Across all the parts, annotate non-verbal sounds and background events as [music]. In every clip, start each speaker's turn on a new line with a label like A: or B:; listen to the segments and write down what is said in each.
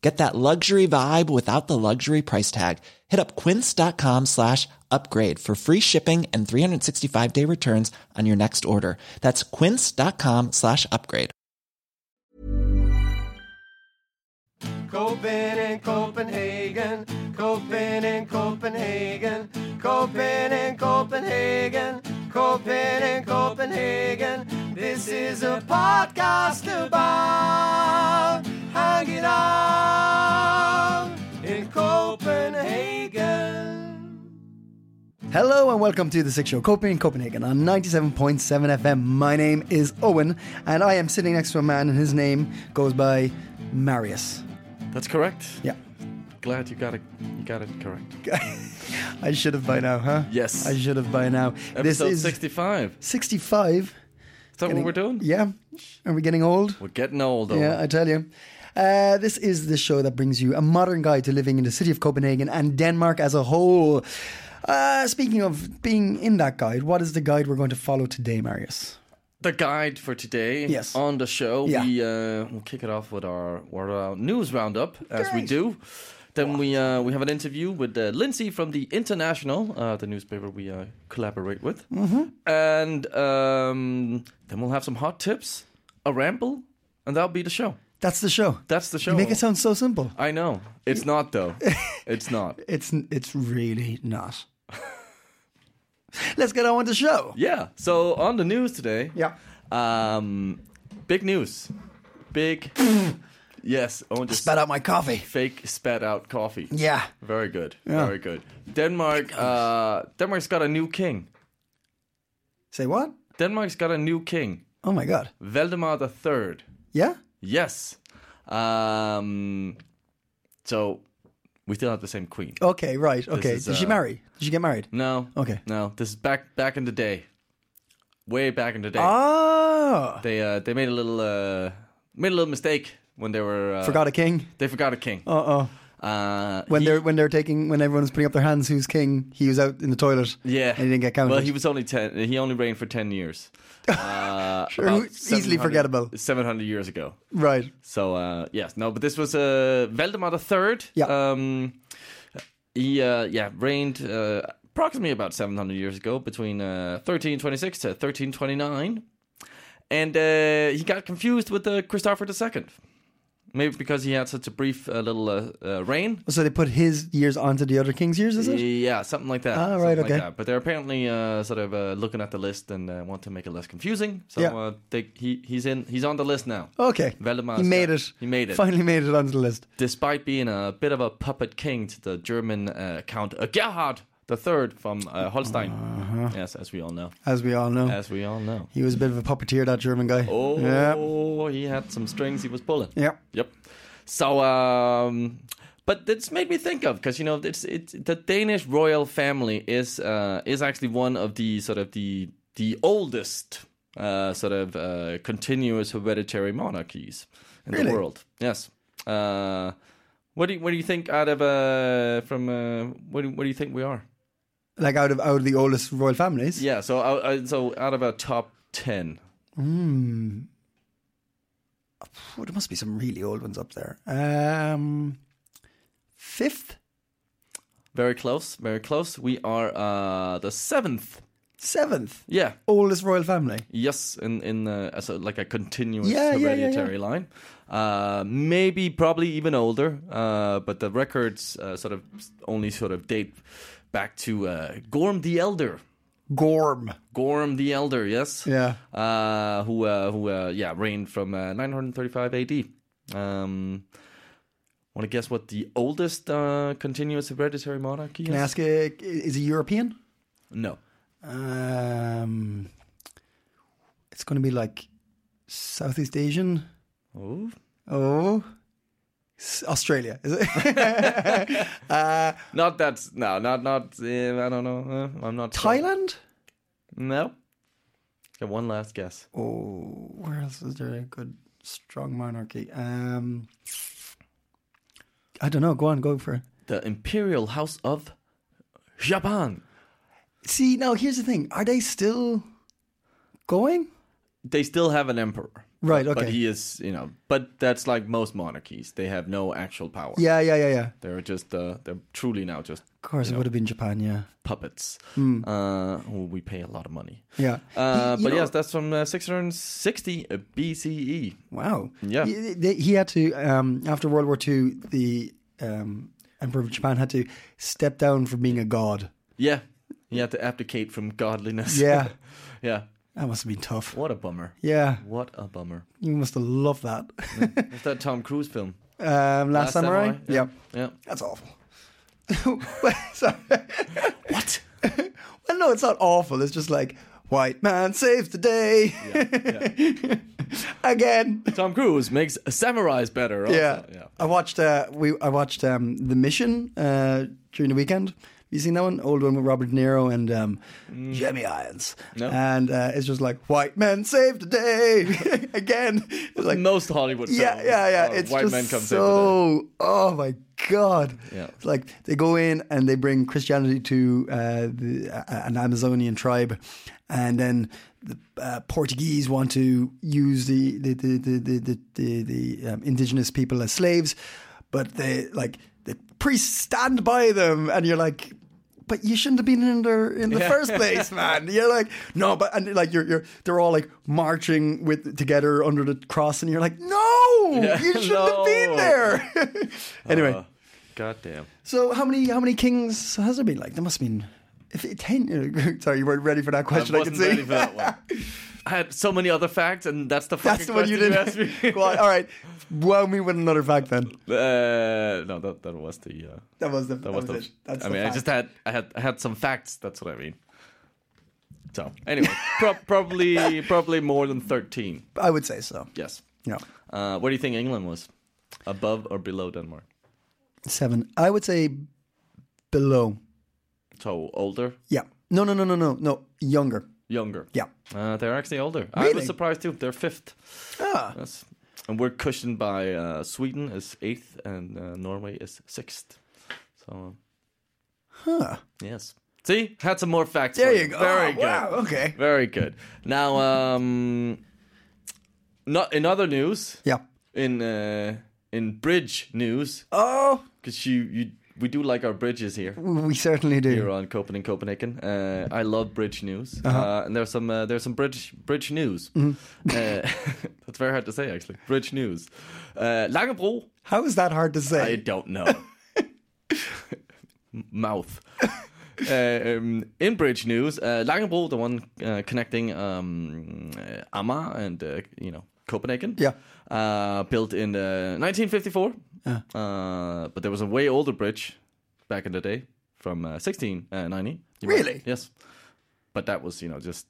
A: Get that luxury vibe without the luxury price tag. Hit up quince.com slash upgrade for free shipping and 365 day returns on your next order. That's quince.com slash upgrade.
B: Copen in Copenhagen, Copen in Copenhagen, Copen in Copenhagen, Copen in Copenhagen. This is a podcast about hanging out in Copenhagen.
C: Hello and welcome to the Six Show, Copenhagen, Copenhagen on 97.7 FM. My name is Owen and I am sitting next to a man and his name goes by Marius.
D: That's correct.
C: Yeah.
D: Glad you got it. You got it correct.
C: I should have by now, huh?
D: Yes.
C: I should have by now.
D: Episode 65. Is
C: 65.
D: that what we're doing?
C: Yeah. Are we getting old?
D: We're getting old. Though.
C: Yeah, I tell you. Uh, this is the show that brings you a modern guide to living in the city of Copenhagen and Denmark as a whole. Uh, speaking of being in that guide, what is the guide we're going to follow today, Marius?
D: The guide for today.
C: Yes.
D: On the show,
C: Yeah.
D: we uh, we'll kick it off with our, with our news roundup as we
C: Great.
D: do. Then we uh, we have an interview with uh, Lindsay from the International, uh, the newspaper we uh, collaborate with, mm-hmm. and um, then we'll have some hot tips, a ramble, and that'll be the show.
C: That's the show.
D: That's the show.
C: You make it sound so simple.
D: I know it's not
C: [laughs]
D: though. it's not.
C: It's it's really not. Let's get on with the show.
D: Yeah. So on the news today.
C: Yeah.
D: Um, big news. Big.
C: [laughs]
D: yes. Owen just
C: Spat out my coffee.
D: fake spat out coffee.
C: Yeah.
D: Very good.
C: Yeah.
D: Very good. Denmark. Uh, Denmark's got a new king.
C: Say what?
D: Denmark's got a new king.
C: Oh my god.
D: Valdemar the Third.
C: Yeah.
D: Yes. Um. So we still have the same queen.
C: Okay. Right. Okay.
D: is,
C: Did she
D: uh,
C: marry? Did she get married?
D: No.
C: Oh. Okay.
D: No. This is back back in the day. Way back in the day.
C: Ah. Oh.
D: They uh, they made a little uh, made a little mistake when they were uh,
C: Forgot a king.
D: They forgot a king.
C: Uh oh.
D: Uh,
C: When
D: he-
C: they're when they're taking when everyone's putting up their hands, who's king? He was out in the toilet.
D: yeah,
C: And he didn't get counted.
D: Well, he was only ten. He only reigned for ten years.
C: [laughs]
D: Uh,
C: Sure,
D: about
C: who- easily
D: 700
C: forgettable.
D: Seven hundred years ago.
C: right.
D: So uh, yes, no, but this was uh, Valdemar III.
C: Yeah.
D: Um, he uh, yeah reigned uh, approximately about seven hundred years ago, between uh, thirteen twenty six to thirteen twenty nine, and uh, he got confused with uh, Christopher II. Maybe because he had such a brief uh, little uh, uh, reign,
C: So they put his years onto the other king's years, is it?
D: Yeah, something like that.
C: Ah,
D: Something
C: right,
D: like
C: okay.
D: that. But they're apparently uh, sort of uh, looking at the list and uh, want to make it less confusing. So
C: Yeah.
D: uh, they, he he's in he's on the list now.
C: Okay.
D: Valdemar
C: he made
D: Scott.
C: it.
D: He made it.
C: Finally made it onto the list.
D: Despite being a bit of a puppet king to the German uh, Count uh, Gerhard the Third from uh, Holstein.
C: Uh-huh.
D: Yes, as we all know.
C: As we all know.
D: As we all know.
C: he was a bit of a puppeteer, that German guy.
D: Oh,
C: Yeah.
D: he had some strings he was pulling.
C: Yeah.
D: Yep. So, um, but it's made me think of because you know it's it's the Danish royal family is uh, is actually one of the sort of the the oldest uh, sort of uh, continuous hereditary monarchies in
C: Really?
D: the world. Yes. Uh, what do you, what do you think out of uh, from uh, what do, what do you think we are?
C: Like out of out of the oldest royal families.
D: Yeah. So out- uh, so out of our top ten.
C: Oh, Hmm. there must be some really old ones up there. Um, fifth,
D: Very close, very close. We are uh, the seventh.
C: seventh
D: Yeah,
C: oldest royal family.
D: Yes, in in uh, as a, like a continuous
C: Yeah, yeah, yeah, yeah.
D: hereditary line, uh, maybe probably even older. Uh, but the records uh, sort of only sort of date back to uh, Gorm the Elder.
C: Gorm.
D: Gorm the Elder, yes,
C: Yeah.
D: uh, who uh, who uh, yeah reigned from uh, 935 A.D. Um, Want to guess what the oldest uh, continuous hereditary monarchy
C: Can I
D: is?
C: ask? A, is he European?
D: No,
C: Um, it's going to be like Southeast Asian.
D: oh,
C: Oh, S- Australia is
D: [laughs]
C: it?
D: not eh, that. No, not not. Uh, I don't know. Uh, I'm not sure.
C: Thailand?
D: No. Got one last guess.
C: Oh, where else is there a good strong monarchy? Um, I don't know. Go on, go for it.
D: The Imperial House of Japan.
C: See, now here's the thing: are they still going?
D: They still have an emperor.
C: Right.
D: But
C: Okay.
D: he is, you know, but that's like most monarchies. They have no actual power.
C: Yeah, yeah, yeah, yeah.
D: They're just, uh, they're truly now just
C: Of course, it would have been Japan. Yeah,
D: puppets uh, who we pay a lot of money.
C: Hmm. yeah.
D: Uh,
C: He- you
D: but
C: know-
D: yes, that's from uh, 660 BCE.
C: Wow.
D: Yeah.
C: He, they- he had to um, after World War II. The um, Emperor of Japan had to step down from being a god.
D: Yeah. You have to abdicate from godliness. [laughs]
C: Yeah,
D: yeah.
C: that must have been tough.
D: What a bummer.
C: Yeah,
D: What a bummer.
C: you must have loved that.
D: It's that Tom Cruise film.
C: [laughs] um, Last, Samurai.
D: Yeah.
C: Yep.
D: Yeah.
C: That's awful. [laughs]
D: [laughs]
C: Sorry. What? well, no, it's not awful. It's just like white man saves the day [laughs] again.
D: Tom Cruise makes samurais better. Also.
C: Yeah. I watched. Uh, we I watched um, the Mission uh, during the weekend. You seen that one? Old one with Robert De Niro and um, Jeremy Irons.
D: Mm. No.
C: And uh, it's just like white man saved the day [laughs] again. It's like
D: Most Hollywood films.
C: yeah, yeah, yeah.
D: uh,
C: it's
D: white
C: just
D: men come save the day.
C: so. Oh my god!
D: Yeah.
C: It's like they go in and they bring Christianity to uh, the, uh, an Amazonian tribe, and then the uh, Portuguese want to use the the the the the, the, the, the um, indigenous people as slaves, but they like the priests stand by them, and you're like. But you shouldn't have been in there in the first
D: [laughs]
C: place, man. You're like, no, but and like you're, you're, they're all like marching with together under the cross, and you're like, no,
D: Yeah,
C: you shouldn't have been
D: no.
C: there. [coughs] anyway,
D: Uh, goddamn.
C: so how many how many kings has there been? Like there must have been if it, ten. [laughs] Sorry, you weren't ready for that
D: I
C: question. I,
D: wasn't
C: can see.
D: ready for that
C: [laughs]
D: one. I had so many other facts, and that's the fucking
C: That's the one you
D: question
C: did.
D: asked me.
C: [laughs] Go on, all right, wow me with another fact then.
D: [laughs] Uh, no, that that was the. Uh,
C: That was the that,
D: that was,
C: was
D: the.
C: it. That's
D: I
C: the
D: mean,
C: fact.
D: I just had I had I had some facts. That's what I mean. So
C: [laughs]
D: anyway, pro- probably probably more than thirteen.
C: I would say so.
D: Yes.
C: Yeah,
D: Uh, what do you think England was? Above or below Denmark?
C: seven. I would say below.
D: So older,
C: Yeah. No, no, no, no, no, no. Younger.
D: younger.
C: Yeah.
D: Uh, they're actually older. I
C: Really?
D: was surprised too. They're fifth.
C: Ah.
D: That's, and we're cushioned by uh, Sweden is eighth and uh, Norway is sixth. So um,
C: Huh.
D: yes. See, had some more facts.
C: There
D: for
C: you go.
D: Very
C: Oh,
D: good.
C: Wow. Okay.
D: Very good. Now, um, not in other news.
C: Yeah.
D: In uh, in bridge news,
C: Oh,
D: because you you we do like our bridges here.
C: we certainly do.
D: Here on Copenhagen, Copenhagen. Uh, I love bridge news, uh, and there's some uh, there's some bridge bridge news. Uh, [laughs] that's very hard to say actually. Bridge news. Uh, Langebro.
C: How is that hard to
D: I
C: say?
D: don't know. [laughs] M- Mouth. [laughs] Uh, um, in bridge news, uh, Langebro, the one uh, connecting um, uh, Amager and uh, you know Copenhagen,
C: Yeah.
D: uh, built in uh, 1954. Uh, but there was a way older bridge back in the day from uh, 1690. You might-
C: Really?
D: yes. But that was you know just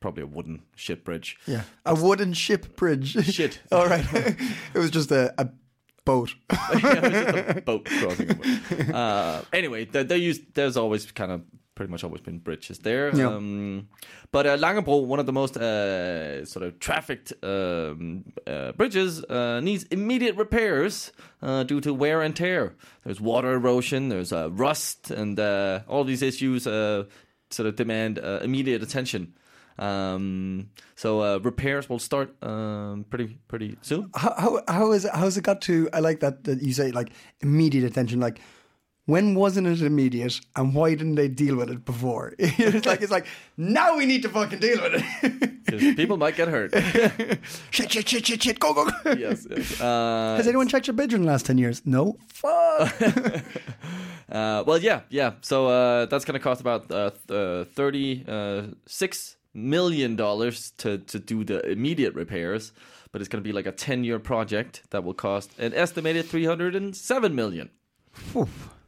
D: probably a wooden ship bridge.
C: yeah. A wooden ship bridge.
D: Shit.
C: [laughs] All right. it was just a, a boat.
D: [laughs] yeah, it was just a boat crossing. over. Uh, anyway, they, they used, there's always kind of pretty much always been bridges there.
C: Yeah.
D: Um, but uh, Langebro, one of the most uh, sort of trafficked um, uh, bridges, uh, needs immediate repairs uh, due to wear and tear. There's water erosion, there's uh, rust, and uh, all these issues uh, sort of demand uh, immediate attention. Um, so uh, repairs will start um, pretty pretty soon.
C: [laughs] How, how, how is it, how's it got to? I like that, that you say like immediate attention. Like, when wasn't it immediate, and why didn't they deal with it before? [laughs] it's like it's like now we need to fucking deal with it.
D: 'Cause people might get hurt.
C: [laughs] shit, shit, shit, shit, shit. Go, go, go.
D: yes. yes. Uh,
C: Has anyone checked your bedroom in the last ten years? No. [laughs] Fuck.
D: uh, well, yeah, yeah. So uh, that's going to cost about uh, th- uh, thirty-six million dollars to to do the immediate repairs, but it's going to be like a ten-year project that will cost an estimated three hundred and seven million.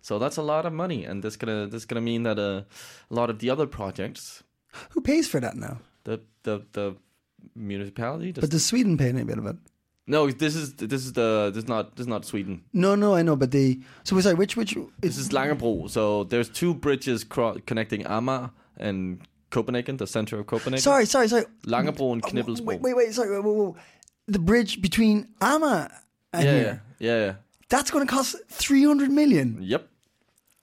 D: So that's a lot of money, and that's gonna that's gonna mean that uh, a lot of the other projects,
C: Who pays for that now?
D: the the the municipality, just,
C: But does Sweden pay any bit of it?
D: no, this is this is the this is not this is not Sweden.
C: No, no, I know, but they. So we sorry, which which
D: This is Langebro. So there's two bridges cro- connecting Amager and Copenhagen, the center of Copenhagen.
C: Sorry, sorry, sorry.
D: Langebro and Knibbelsbro.
C: Wait, wait, wait. Sorry, wait, wait, wait. the bridge between Amma and
D: yeah, yeah,
C: here.
D: yeah, yeah.
C: That's going to cost three hundred million.
D: Yep.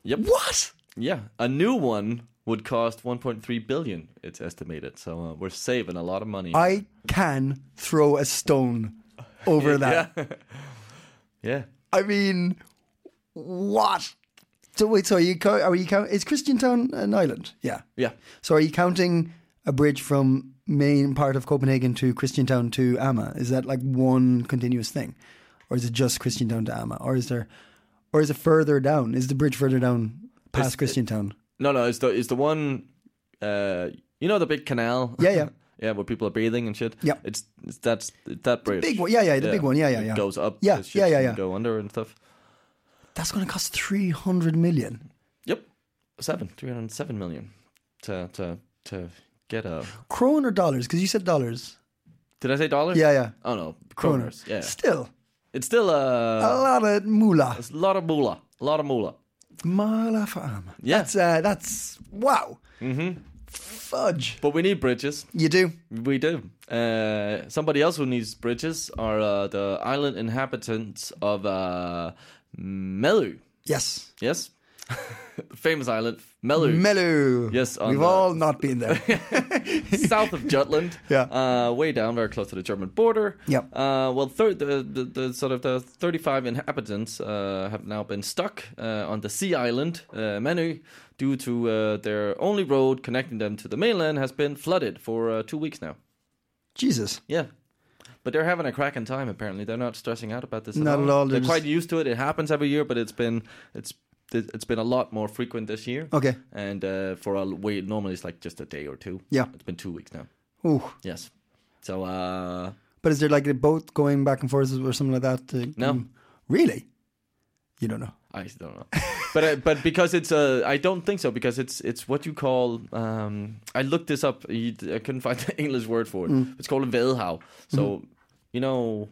D: Yep.
C: What?
D: Yeah. A new one would cost 1.3 billion, it's estimated. So uh, we're saving a lot of money.
C: I can throw a stone over that.
D: [laughs] Yeah. yeah.
C: I mean, what? So wait, so are you co- are you count? Is Christiantown an island? Yeah.
D: Yeah.
C: So are you counting a bridge from main part of Copenhagen to Christiantown to Amma? Is that like one continuous thing, or is it just Christiantown to Amma, or is there, or is it further down? Is the bridge further down past Christiantown?
D: No, no, it's the it's the one uh you know the big canal?
C: Yeah, yeah.
D: [laughs] yeah, where people are bathing and shit.
C: Yep.
D: It's, it's that's it's that bridge.
C: big one. Yeah, yeah, the big one. Yeah, yeah,
D: It
C: yeah.
D: goes up.
C: Yeah,
D: the ships
C: yeah, yeah,
D: can
C: yeah.
D: Go under and stuff.
C: That's going to cost three hundred million.
D: Yep. 7 307 million to to to get a
C: Kroner dollars? Because you said dollars.
D: Did I say dollars?
C: Yeah, yeah.
D: Oh no,
C: Kroner.
D: kroners. Yeah.
C: Still,
D: It's still
C: a
D: uh,
C: lot of moolah.
D: it's a lot of moolah. A lot of moolah.
C: Moolah for Amma.
D: Yeah.
C: That's uh, that's wow. Mm-hmm. Fudge.
D: But we need bridges.
C: You do.
D: We do. Uh, somebody else who needs bridges are uh, the island inhabitants of uh, Melu.
C: Yes.
D: Yes, [laughs] famous island Melu,
C: Melu.
D: Yes, on
C: We've
D: the-
C: all not been there.
D: [laughs] south of Jutland.
C: Yeah.
D: uh, way down, very close to the German border.
C: Yep.
D: Uh, well, thir- the, the the sort of the thirty-five inhabitants uh, have now been stuck uh, on the sea island uh, Melu due to uh, their only road connecting them to the mainland has been flooded for uh, two weeks now.
C: Jesus.
D: Yeah. But they're having a cracking time apparently. They're not stressing out about this
C: Not
D: at all.
C: at all,
D: They're
C: they're
D: quite
C: just-
D: used to it. It happens every year, but it's been it's it's been a lot more frequent this year.
C: Okay.
D: And uh, for a way normally it's like just a day or two.
C: Yeah.
D: It's been 2 weeks now.
C: Ooh.
D: Yes. So uh
C: But is there like a boat going back and forth or something like that? to-
D: No.
C: Mm. Really? You don't know.
D: I don't
C: [laughs]
D: know. but uh, but because it's uh, I don't think so because it's it's what you call um I looked this up You- I couldn't [laughs] find the English word for it.
C: Mm.
D: It's called a vedhav. So
C: Mm-hmm.
D: you know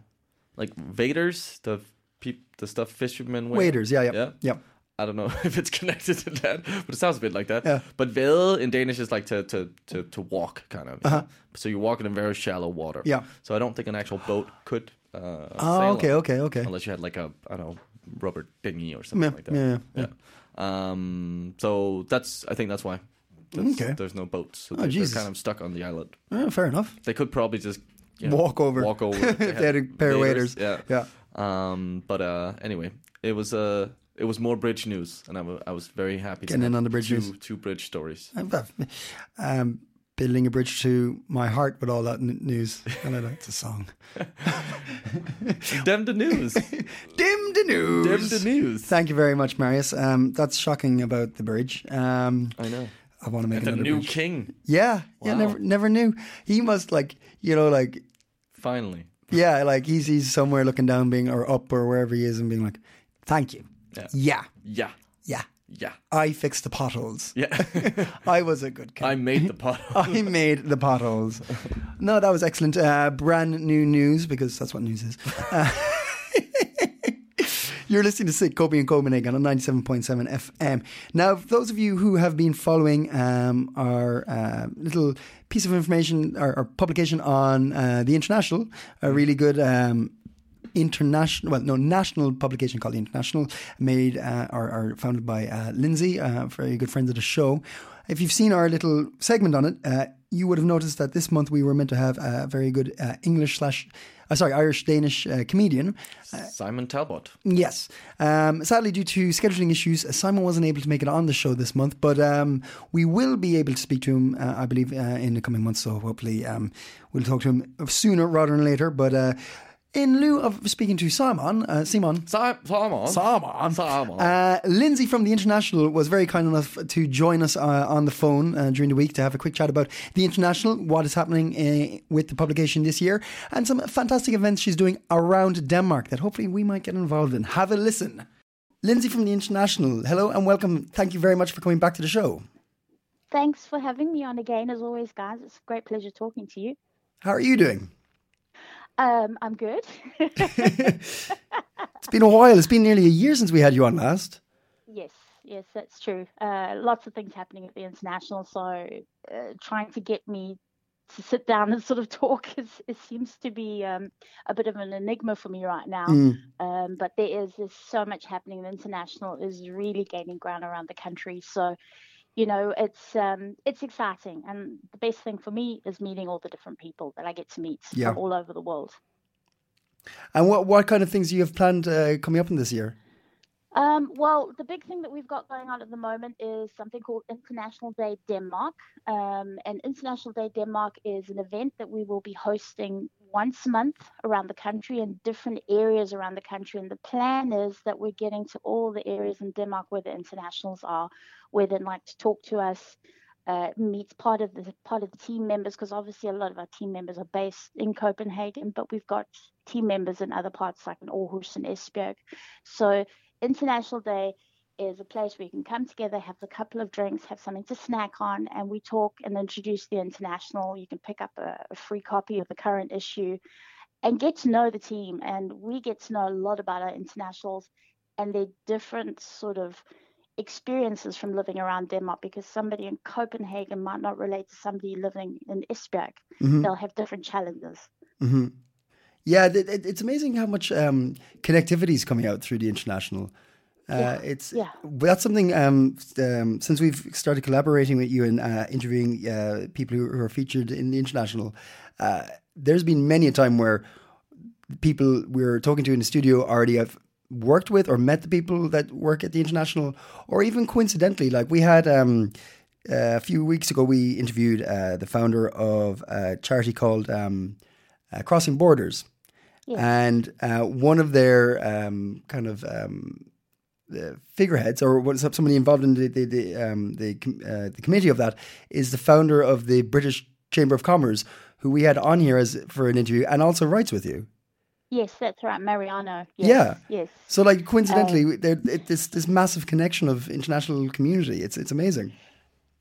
D: like vaders the peop, the stuff fishermen wear.
C: Waiters. Yeah, yeah.
D: Yeah.
C: Yeah.
D: I don't know [laughs] if it's connected to that, but it sounds a bit like that.
C: Yeah.
D: But vade in Danish is like to to to, to walk kind of. you know? So you're walking in very shallow water.
C: Uh-huh. Yeah.
D: So I don't think an actual boat could uh sail
C: Oh,
D: on
C: okay,
D: it,
C: okay, okay.
D: Unless you had like a I don't know rubber dinghy or something
C: Yeah,
D: like that.
C: yeah,
D: yeah. Um so that's I think that's why. That's-
C: Okay. Oh,
D: There's no boats. So they,
C: Jesus.
D: they're kind of stuck on the island.
C: Oh, fair enough.
D: They could probably just you know,
C: Walk over.
D: Walk
C: [laughs]
D: over
C: If they had a pair of waders.
D: Yeah.
C: Yeah.
D: Um, but uh, anyway, it was uh, it was more bridge news, and I wa- I was very happy.
C: Getting
D: to
C: in
D: have
C: on the bridge
D: two,
C: news.
D: Two bridge
C: [laughs]
D: stories.
C: I'm, um, building a bridge to my heart with all that n- news. And I like the
D: [laughs]
C: song.
D: Dem the news.
C: [laughs]
D: Dem
C: Dim the news.
D: the news.
C: Thank you very much, Marius. Um, that's shocking about the bridge. Um,
D: I know.
C: I want to make
D: The
C: another
D: new
C: bridge.
D: king.
C: Yeah, yeah,
D: Wow.
C: never, never knew. He must like, you know, like,
D: Finally.
C: yeah, like he's he's somewhere looking down, being or up or wherever he is, and being like, "Thank you,
D: Yeah.
C: yeah,
D: Yeah.
C: yeah.
D: Yeah.
C: I fixed the potholes. [laughs]
D: Yeah. [laughs]
C: I was a good kid.
D: I made the pot.
C: [laughs] I made the potholes. No, that was excellent. Uh, brand new news because that's what news is.
D: [laughs]
C: Uh, You're listening to Sick Kobe and Copenhagen on 97.7 FM. Now, for those of you who have been following um, our uh, little piece of information, our, our publication on uh, The International, a really good um, international, well, no, national publication called The International, made uh, or, or founded by uh, Lindsay, uh, very good friends of the show. If you've seen our little segment on it, uh, you would have noticed that this month we were meant to have a very good uh, English slash, uh, sorry, Irish Danish uh, comedian.
D: Simon Talbot.
C: Yes. Um, sadly, due to scheduling issues, uh, Simon wasn't able to make it on the show this month, but um, we will be able to speak to him, uh, I believe, uh, in the coming months. So hopefully um, we'll talk to him sooner rather than later. But uh, in lieu of speaking to Simon, uh, Simon,
D: Si- Simon.
C: Simon.
D: Simon.
C: uh, Lindsay from the International was very kind enough to join us uh, on the phone uh, during the week to have a quick chat about the International, what is happening uh, with the publication this year, and some fantastic events she's doing around Denmark that hopefully we might get involved in. Have a listen. Lindsay from the International, hello and welcome. Thank you very much for coming back to the show.
E: Thanks for having me on again, as always, guys. It's a great pleasure talking to you.
C: How are you doing? [laughs]
E: Um, I'm good. [laughs]
C: It's been a while. It's been nearly a year since we had you on last.
E: yes, yes, that's true. Uh, lots of things happening at the international, so uh, trying to get me to sit down and sort of talk [laughs] is it seems to be um, a bit of an enigma for me right now.
C: Mm.
E: Um, but there is there's so much happening. The international is really gaining ground around the country, so you know it's um, it's exciting. And the best thing for me is meeting all the different people that I get to meet
C: Yeah.
E: from all over the world.
C: And what, what kind of things do you have planned uh, coming up in this year?
E: Um, well, the big thing that we've got going on at the moment is something called International Day Denmark. Um, and International Day Denmark is an event that we will be hosting once a month around the country in different areas around the country. And the plan is that we're getting to all the areas in Denmark where the internationals are, where they'd like to talk to us. Uh, meets part of the part of the team members because obviously a lot of our team members are based in Copenhagen, but we've got team members in other parts like in Aarhus and Esbjerg. So International Day is a place where you can come together, have a couple of drinks, have something to snack on, and we talk and introduce the international. You can pick up a, a free copy of the current issue and get to know the team. And we get to know a lot about our internationals and their different sort of experiences from living around Denmark because somebody in Copenhagen might not relate to somebody living in Esbjerg.
C: Mm-hmm. Mm.
E: They'll have different challenges.
C: hmm Yeah, th- th- it's amazing how much um, connectivity is coming out through the international. Uh, it's
E: yeah.
C: well, that's something. Um, s- um, since we've started collaborating with you and uh, interviewing uh, people who, who are featured in the international, uh, there's been many a time where people we're talking to in the studio already have worked with or met the people that work at the international, or even coincidentally, like we had um, a few weeks ago, we interviewed uh, the founder of a charity called um, uh, Crossing Borders, and uh, one of their um, kind of um, the figureheads or what somebody involved in the the the, um, the, com- uh, the committee of that is the founder of the British Chamber of Commerce, who we had on here as for an interview, and also writes with you.
E: Yes, that's right, Mariano.
C: Yeah.
E: Yes, Yes.
C: So, like coincidentally, we there it, this this massive connection of international community. It's it's amazing.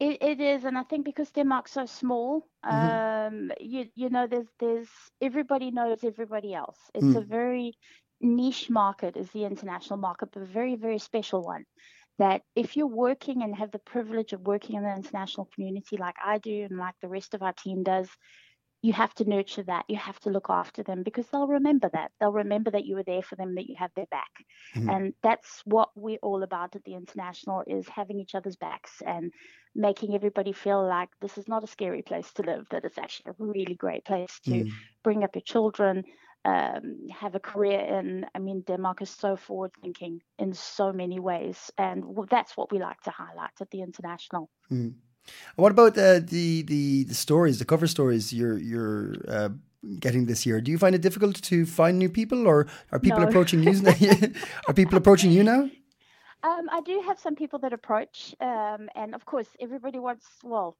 E: It, it is, and I think because Denmark's so small, um, you you know, there's there's everybody knows everybody else. It's a very niche market, is the international market, but a very very special one. That if you're working and have the privilege of working in the international community, like I do, and like the rest of our team does, you have to nurture that. You have to look after them because they'll remember that. They'll remember that you were there for them, that you have their back.
C: Hmm. Mm-hmm.
E: And that's what we're all about at the international is having each other's backs and making everybody feel like this is not a scary place to live, that it's actually a really great place to
C: Hmm. Mm-hmm.
E: bring up your children, um, have a career in. I mean, Denmark is so forward thinking in so many ways. And w- that's what we like to highlight at the international.
C: What about uh, the the the stories, the cover stories you're you're uh, getting this year? Do you find it difficult to find new people, or are people
E: No.
C: approaching
E: [laughs]
C: you? [laughs] are people approaching you now?
E: Um, I do have some people that approach, um, and of course, everybody wants. Well,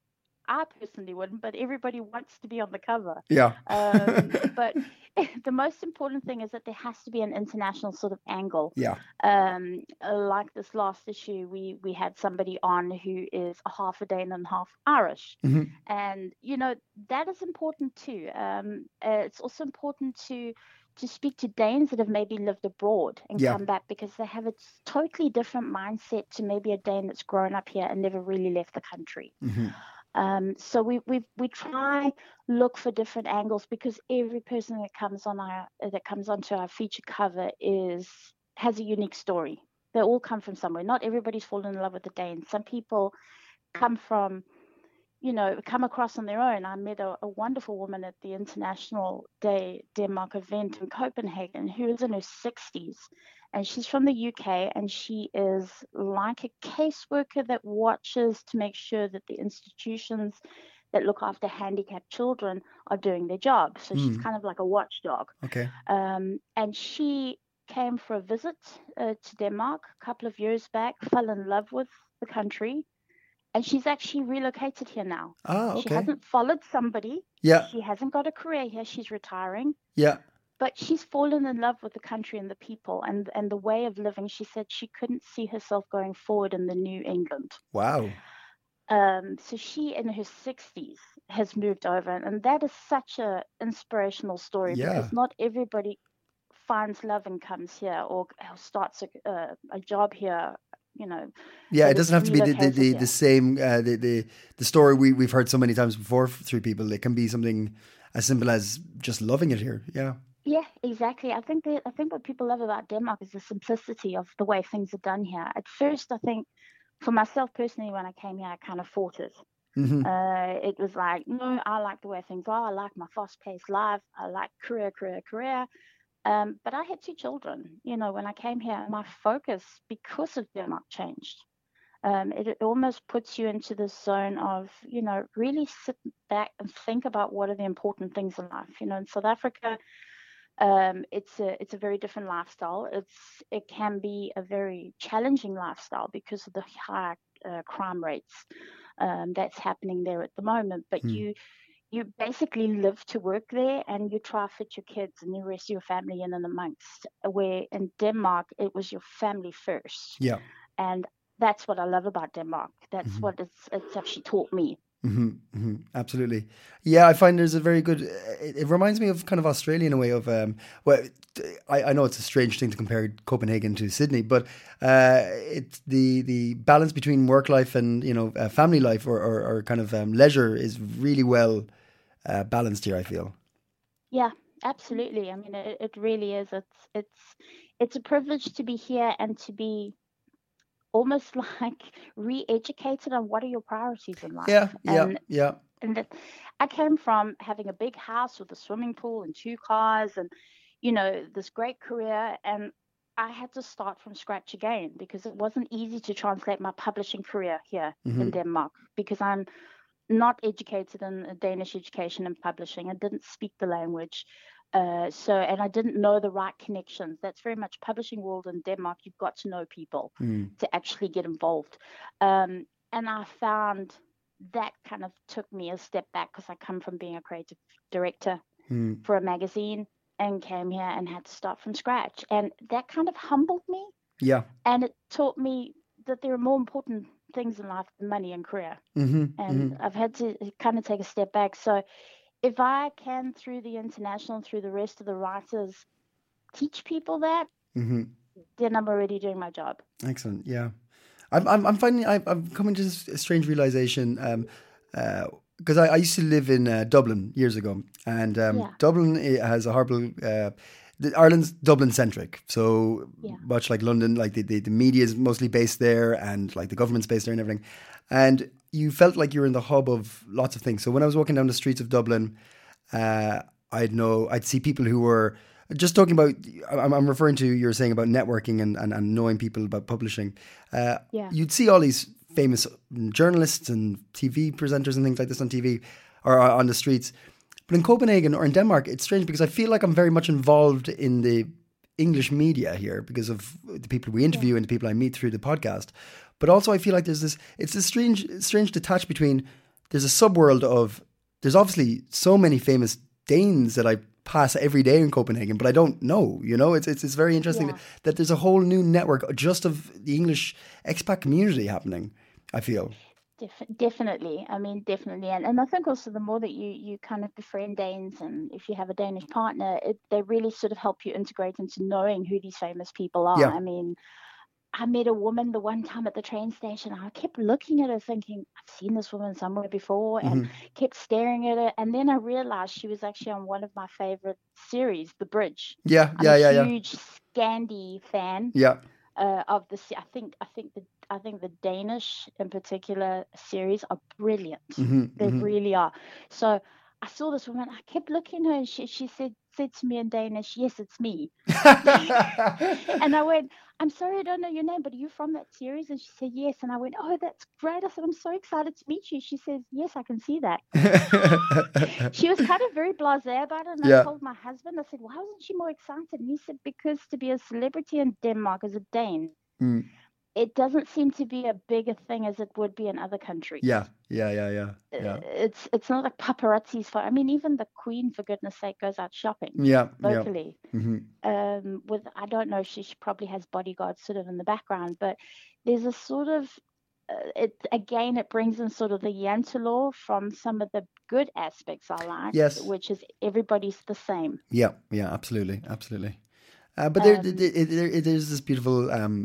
E: I personally wouldn't, but everybody wants to be on the cover.
C: Yeah.
E: Um, but [laughs] the most important thing is that there has to be an international sort of angle.
C: [laughs] Yeah.
E: Um, like this last issue, we we had somebody on who is a half a Dane and half Irish,
C: Mhm.
E: and you know that is important too. Um, uh, it's also important to to speak to Danes that have maybe lived abroad and
C: Yeah.
E: come back because they have a totally different mindset to maybe a Dane that's grown up here and never really left the country.
C: Mhm.
E: Um, so we we we try look for different angles because every person that comes on our that comes onto our feature cover is has a unique story. They all come from somewhere. Not everybody's fallen in love with the Danes. Some people come from you know, come across on their own. I met a, a wonderful woman at the International Day Denmark event in Copenhagen who is in her 60s and she's from the UK and she is like a caseworker that watches to make sure that the institutions that look after handicapped children are doing their job. So she's
C: Mm.
E: kind of like a watchdog
C: Okay.
E: um, and she came for a visit uh, to Denmark a couple of years back, fell in love with the country, and she's actually relocated here now.
C: Ah.
E: She
C: Okay. Uh.
E: hasn't followed somebody,
C: Yeah.
E: she hasn't got a career here, she's retiring.
C: Yeah.
E: But she's fallen in love with the country and the people and, and the way of living. She said she couldn't see herself going forward in the new England.
C: Wow.
E: Um, so she, in her 60s, has moved over, and, and that is such a inspirational story
C: Yeah.
E: because not everybody finds love and comes here or, or starts a, uh, a job here you know.
C: Yeah,
E: that
C: it doesn't have to be the the,
E: relocated
C: the,
E: there.
C: the same uh, the, the the story we we've heard so many times before through people. It can be something as simple as just loving it here. Yeah,
E: Yeah, exactly. I think that, I think what people love about Denmark is the simplicity of the way things are done here. At first, I think for myself personally, when I came here, I kind of fought it.
C: hmm
E: Uh, it was like, no, I like the way things are. I like my fast-paced life. I like career, career, career. Um, but I had two children, you know, when I came here, and my focus because of Denmark changed. Um, it, it almost puts you into this zone of, you know, really sit back and think about what are the important things in life. You know, in South Africa, um, it's a it's a very different lifestyle. It's it can be a very challenging lifestyle because of the high uh, crime rates um, that's happening there at the moment. But
C: Hmm.
E: you you basically live to work there, and you try to fit your kids and the rest of your family in and amongst. Where in Denmark, it was your family first,
C: yeah,
E: and that's what I love about Denmark. That's
C: Mhm.
E: what it's it's actually taught me.
C: hmm hmm absolutely. Yeah, I find there's a very good. It, it reminds me of kind of Australia in a way of um. Well, I, I know it's a strange thing to compare Copenhagen to Sydney, but uh, it's the the balance between work life and you know uh, family life or or, or kind of um, leisure is really well uh, balanced here. I feel.
E: Yeah, absolutely. I mean, it, it really is. It's it's it's a privilege to be here and to be almost [laughs] like re-educated on what are your priorities in life.
C: Yeah, yeah,
E: And
C: yeah.
E: and that I came from having a big house with a swimming pool and two cars and you know this great career and I had to start from scratch again because it wasn't easy to translate my publishing career here in
C: Mhm.
E: Denmark because I'm not educated in uh, Danish education and publishing. I didn't speak the language. Uh, so and I didn't know the right connections. That's very much publishing world in Denmark. You've got to know people
C: Mm.
E: to actually get involved. Um, and I found that kind of took me a step back because I come from being a creative director
C: Mm.
E: for a magazine and came here and had to start from scratch. And that kind of humbled me
C: Yeah.
E: and it taught me that there are more important things in life than money and career.
C: hmm
E: And I've had to kind of take a step back. So if I can, through the international and through the rest of the writers, teach people that,
C: hmm
E: then I'm already doing my job.
C: Excellent. Yeah. I'm, I'm, I'm finding I'm, I'm coming to this strange realization. Um, uh 'cause because I, I used to live in uh, Dublin years ago, and um,
E: Yeah.
C: Dublin i- has a horrible. Uh, the- Ireland's Dublin centric, so
E: Yeah.
C: much like London, like the, the, the media is mostly based there, and like the government's based there and everything. And you felt like you were in the hub of lots of things. So when I was walking down the streets of Dublin, uh, I'd know I'd see people who were just talking about. I'm, I'm referring to you're saying about networking and, and, and knowing people about publishing. Uh,
E: Yeah.
C: You'd see all these famous journalists and TV presenters and things like this on TV or uh, on the streets. But in Copenhagen or in Denmark, it's strange because I feel like I'm very much involved in the English media here because of the people we interview and the people I meet through the podcast. But also, I feel like there's this it's this strange strange detach between there's a subworld of there's obviously so many famous Danes that I pass every day in Copenhagen, but I don't know. You know, it's it's, it's very interesting
E: Yeah.
C: that, that there's a whole new network just of the English expat community happening. I feel.
E: Def- definitely. I mean, definitely. And, and I think also the more that you, you kind of befriend Danes and if you have a Danish partner, it, they really sort of help you integrate into knowing who these famous people are.
C: Yeah.
E: I mean, I met a woman the one time at the train station. I kept looking at her thinking, I've seen this woman somewhere before
C: Mm-hmm.
E: and kept staring at her. And then I realized she was actually on one of my favorite series, The Bridge.
C: Yeah,
E: I'm
C: yeah,
E: a
C: yeah, yeah,
E: huge Scandi fan
C: yeah.
E: uh, of the se- I think I think the I think the Danish in particular series are brilliant.
C: hmm
E: They
C: [laughs]
E: really are. So I saw this woman. I kept looking at her, and she she said said to me in Danish, "Yes, it's me." [laughs] and I went, "I'm sorry, I don't know your name, but are you from that series?" And she said, "Yes." And I went, "Oh, that's great!" I said, "I'm so excited to meet you." She says, "Yes, I can see that." she was kind of very blasé about it. And
C: Yeah.
E: I told my husband, I said, why wasn't she more excited? And he said, because to be a celebrity in Denmark as a Dane,
C: Mm.
E: it doesn't seem to be a bigger thing as it would be in other countries.
C: [laughs] yeah, yeah, yeah, yeah,
E: Uh,
C: yeah,
E: It's it's not like paparazzi's for I mean, even the Queen, for goodness sake, goes out shopping
C: yeah, Mm. yeah.
E: locally.
C: hmm
E: Um, with I don't know, she, she probably has bodyguards sort of in the background, but there's a sort of uh, it again it brings in sort of the Yantelor from some of the good aspects I like,
C: Yes.
E: which is everybody's the same.
C: Yeah, yeah, absolutely, absolutely. Uh, but there,
E: Um,
C: there, there, there- there's this beautiful um,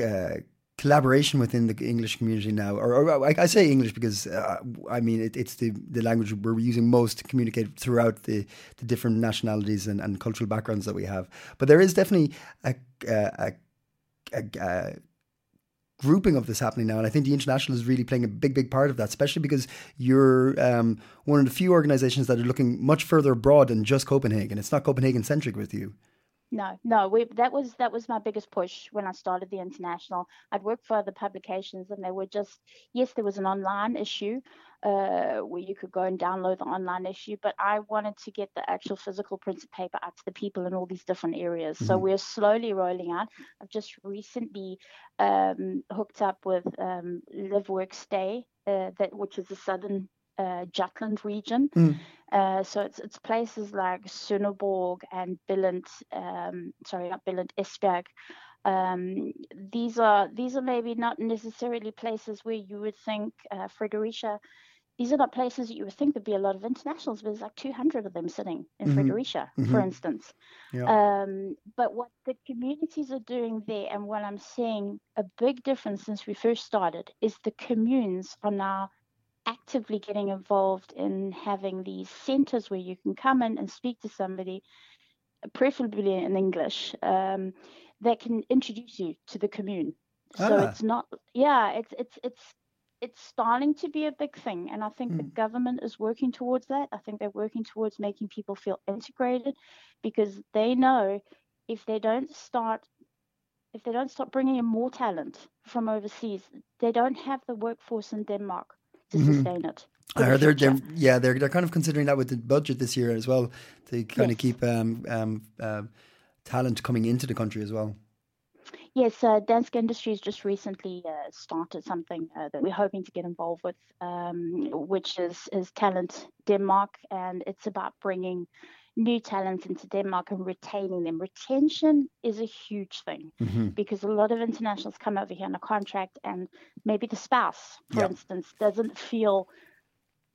C: uh, collaboration within the English community now, or, or I, I say English because uh, I mean it, it's the, the language we're using most to communicate throughout the, the different nationalities and, and cultural backgrounds that we have. But there is definitely a, uh, a, a, a, a grouping of this happening now, and I think the international is really playing a big, big part of that, especially because you're um, one of the few organizations that are looking much further abroad than just Copenhagen. It's not Copenhagen centric with you.
E: No, no, we, that was that was my biggest push when I started the international. I'd worked for other publications, and they were just yes, there was an online issue uh, where you could go and download the online issue, but I wanted to get the actual physical printed paper out to the people in all these different areas. So we're slowly rolling out. I've just recently um, hooked up with um, Live Work Stay, uh, that which is the southern uh, Jutland region.
C: Mm.
E: Uh, so it's it's places like Sunnelborg and Billund, um, sorry, not Billund, Esbjerg. Um, these are these are maybe not necessarily places where you would think uh, Fredericia. These are not places that you would think there'd be a lot of internationals, but there's like 200 of them sitting in
C: Mhm.
E: Fredericia, for
C: Mhm.
E: instance.
C: Yeah.
E: Um, but what the communities are doing there, and what I'm seeing a big difference since we first started, is the communes are now actively getting involved in having these centers where you can come in and speak to somebody, preferably in English, um, that can introduce you to the commune. So
C: Ah.
E: it's not, yeah, it's it's it's it's starting to be a big thing, and I think the government is working towards that. I think they're working towards making people feel integrated, because they know if they don't start if they don't start bringing in more talent from overseas, they don't have the workforce in Denmark to
C: Mhm.
E: sustain it. for
C: I
E: the
C: heard they're,
E: future.
C: they're yeah they're they're kind of considering that with the budget this year as well to kind of
E: Yes.
C: keep um, um, uh, talent coming into the country as well.
E: Yes, uh, Dansk Industries just recently uh, started something uh, that we're hoping to get involved with, um, which is, is Talent Denmark, and it's about bringing new talent into Denmark and retaining them. Retention is a huge thing
C: Mm-hmm.
E: because a lot of internationals come over here on a contract, and maybe the spouse, for
C: Yeah.
E: instance, doesn't feel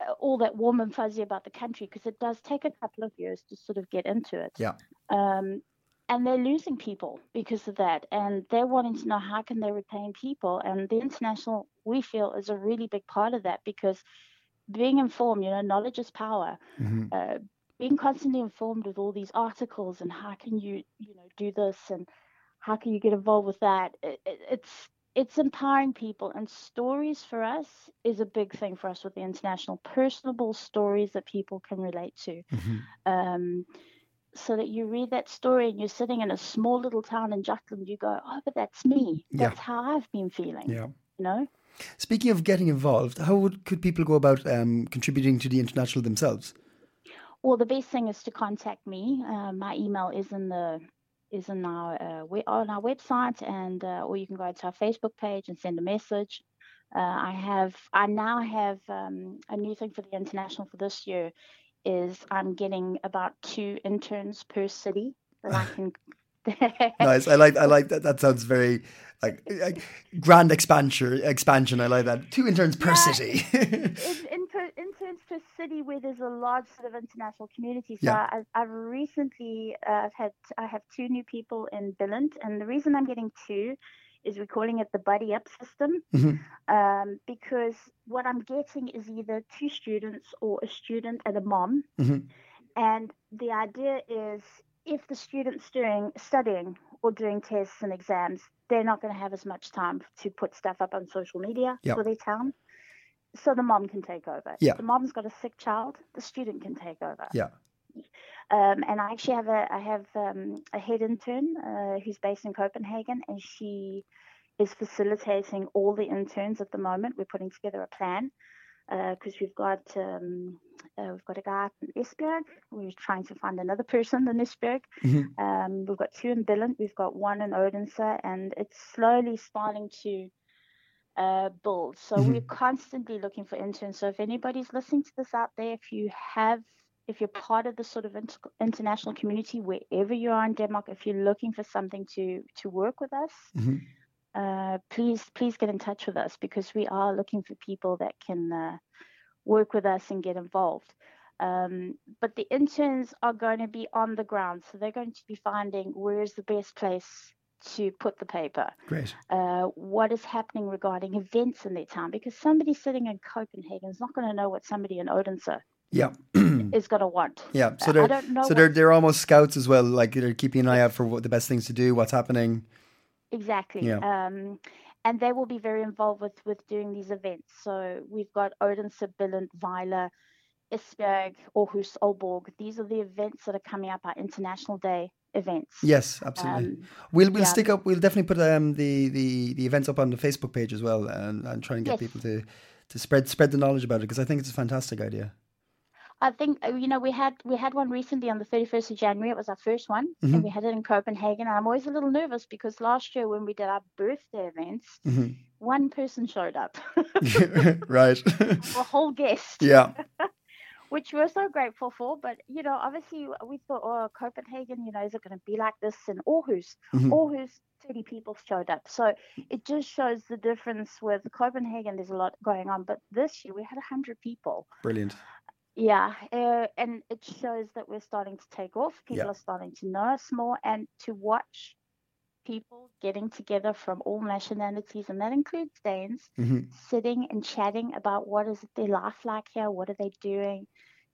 E: uh, all that warm and fuzzy about the country because it does take a couple of years to sort of get into it
C: Yeah.
E: um, and they're losing people because of that and they're wanting to know how can they retain people and the international we feel is a really big part of that because being informed you know knowledge is power
C: hmm
E: uh, being constantly informed with all these articles and how can you you know do this and how can you get involved with that it, it, it's it's empowering people and stories for us is a big thing for us with the international personable stories that people can relate to
C: Mm-hmm.
E: um, so that you read that story and you're sitting in a small little town in Jutland, you go, oh, but that's me.
C: Yeah.
E: That's how I've been feeling.
C: Yeah.
E: You know,
C: Speaking of getting involved, how would could people go about um, contributing to the international themselves?
E: well, the best thing is to contact me. Uh, my email is in the is in our uh, we on our website, and uh, or you can go to our Facebook page and send a message. Uh, I have I now have um, a new thing for the international for this year is I'm getting about two interns per city that I can. [laughs]
C: Nice. I like. I like that. That sounds very like, like grand expansion. Expansion. I like that. Two interns per
E: Yeah.
C: city. [laughs]
E: in, in, per, in terms of a city where there's a large sort of international community. So
C: Yeah.
E: I've, I've recently uh, I've had I have two new people in Billund, and the reason I'm getting two is we're calling it the buddy up system
C: Mhm.
E: um, because what I'm getting is either two students or a student and a mom,
C: Mhm.
E: and the idea is if the student's doing studying or doing tests and exams, they're not going to have as much time to put stuff up on social media
C: Yeah.
E: for their town so the mom can take over.
C: Yeah.
E: If the mom's got a sick child, the student can take over.
C: yeah.
E: Um, and I actually have a I have um, a head intern uh, who's based in Copenhagen, and she is facilitating all the interns at the moment. We're putting together a plan because we've got um, uh, we've got a guy up in Esbjerg. We're trying to find another person in Esbjerg.
C: Mhm.
E: Um, we've got two in Billund. We've got one in Odense, and it's slowly starting to uh, build. So
C: Mhm.
E: we're constantly looking for interns. So if anybody's listening to this out there, if you have if you're part of the sort of inter- international community wherever you are in Denmark, if you're looking for something to to work with us,
C: Mhm.
E: uh, please please get in touch with us because we are looking for people that can uh, work with us and get involved. Um, but the interns are going to be on the ground, so they're going to be finding where is the best place to put the paper
C: Great.
E: uh, what is happening regarding events in their town because somebody sitting in Copenhagen is not going to know what somebody in Odense
C: Yeah. [clears throat]
E: is going to want.
C: Hmm. Yeah. So
E: I
C: they're
E: don't know
C: so they're
E: what-
C: they're almost scouts as well. Like they're keeping an eye out for what the best things to do, what's happening.
E: Exactly.
C: Yeah.
E: Um, and they will be very involved with, with doing these events. So we've got Odense, Billund, Weiler, Esbjerg, Aarhus, Aalborg. These are the events that are coming up, our International Day events.
C: Yes, absolutely.
E: Um,
C: we'll we'll
E: yeah.
C: stick up. We'll definitely put um, the, the the events up on the Facebook page as well, and, and try and get
E: Yes.
C: people to to spread spread the knowledge about it because I think it's a fantastic idea.
E: I think uh, you know we had we had one recently on the 31st of January. It was our first one,
C: Mhm.
E: and we had it in Copenhagen. And I'm always a little nervous because last year when we did our birthday events,
C: Mhm.
E: one person showed up, [laughs]
C: Mm-hmm. [laughs] right.
E: a whole guest,
C: [laughs]
E: [laughs]
C: yeah.
E: which we're so grateful for. But you know, obviously we thought, oh, Copenhagen, you know, is it going to be like this in Aarhus?
C: Mhm.
E: Aarhus, 30 people showed up, so it just shows the difference with Copenhagen. There's a lot going on, but this year we had 100 people.
C: Brilliant.
E: Yeah, uh, and it shows that we're starting to take off. People
C: Yeah.
E: are starting to know us more and to watch people getting together from all nationalities, and that includes Danes,
C: Mhm.
E: sitting and chatting about what is their life like here, what are they doing,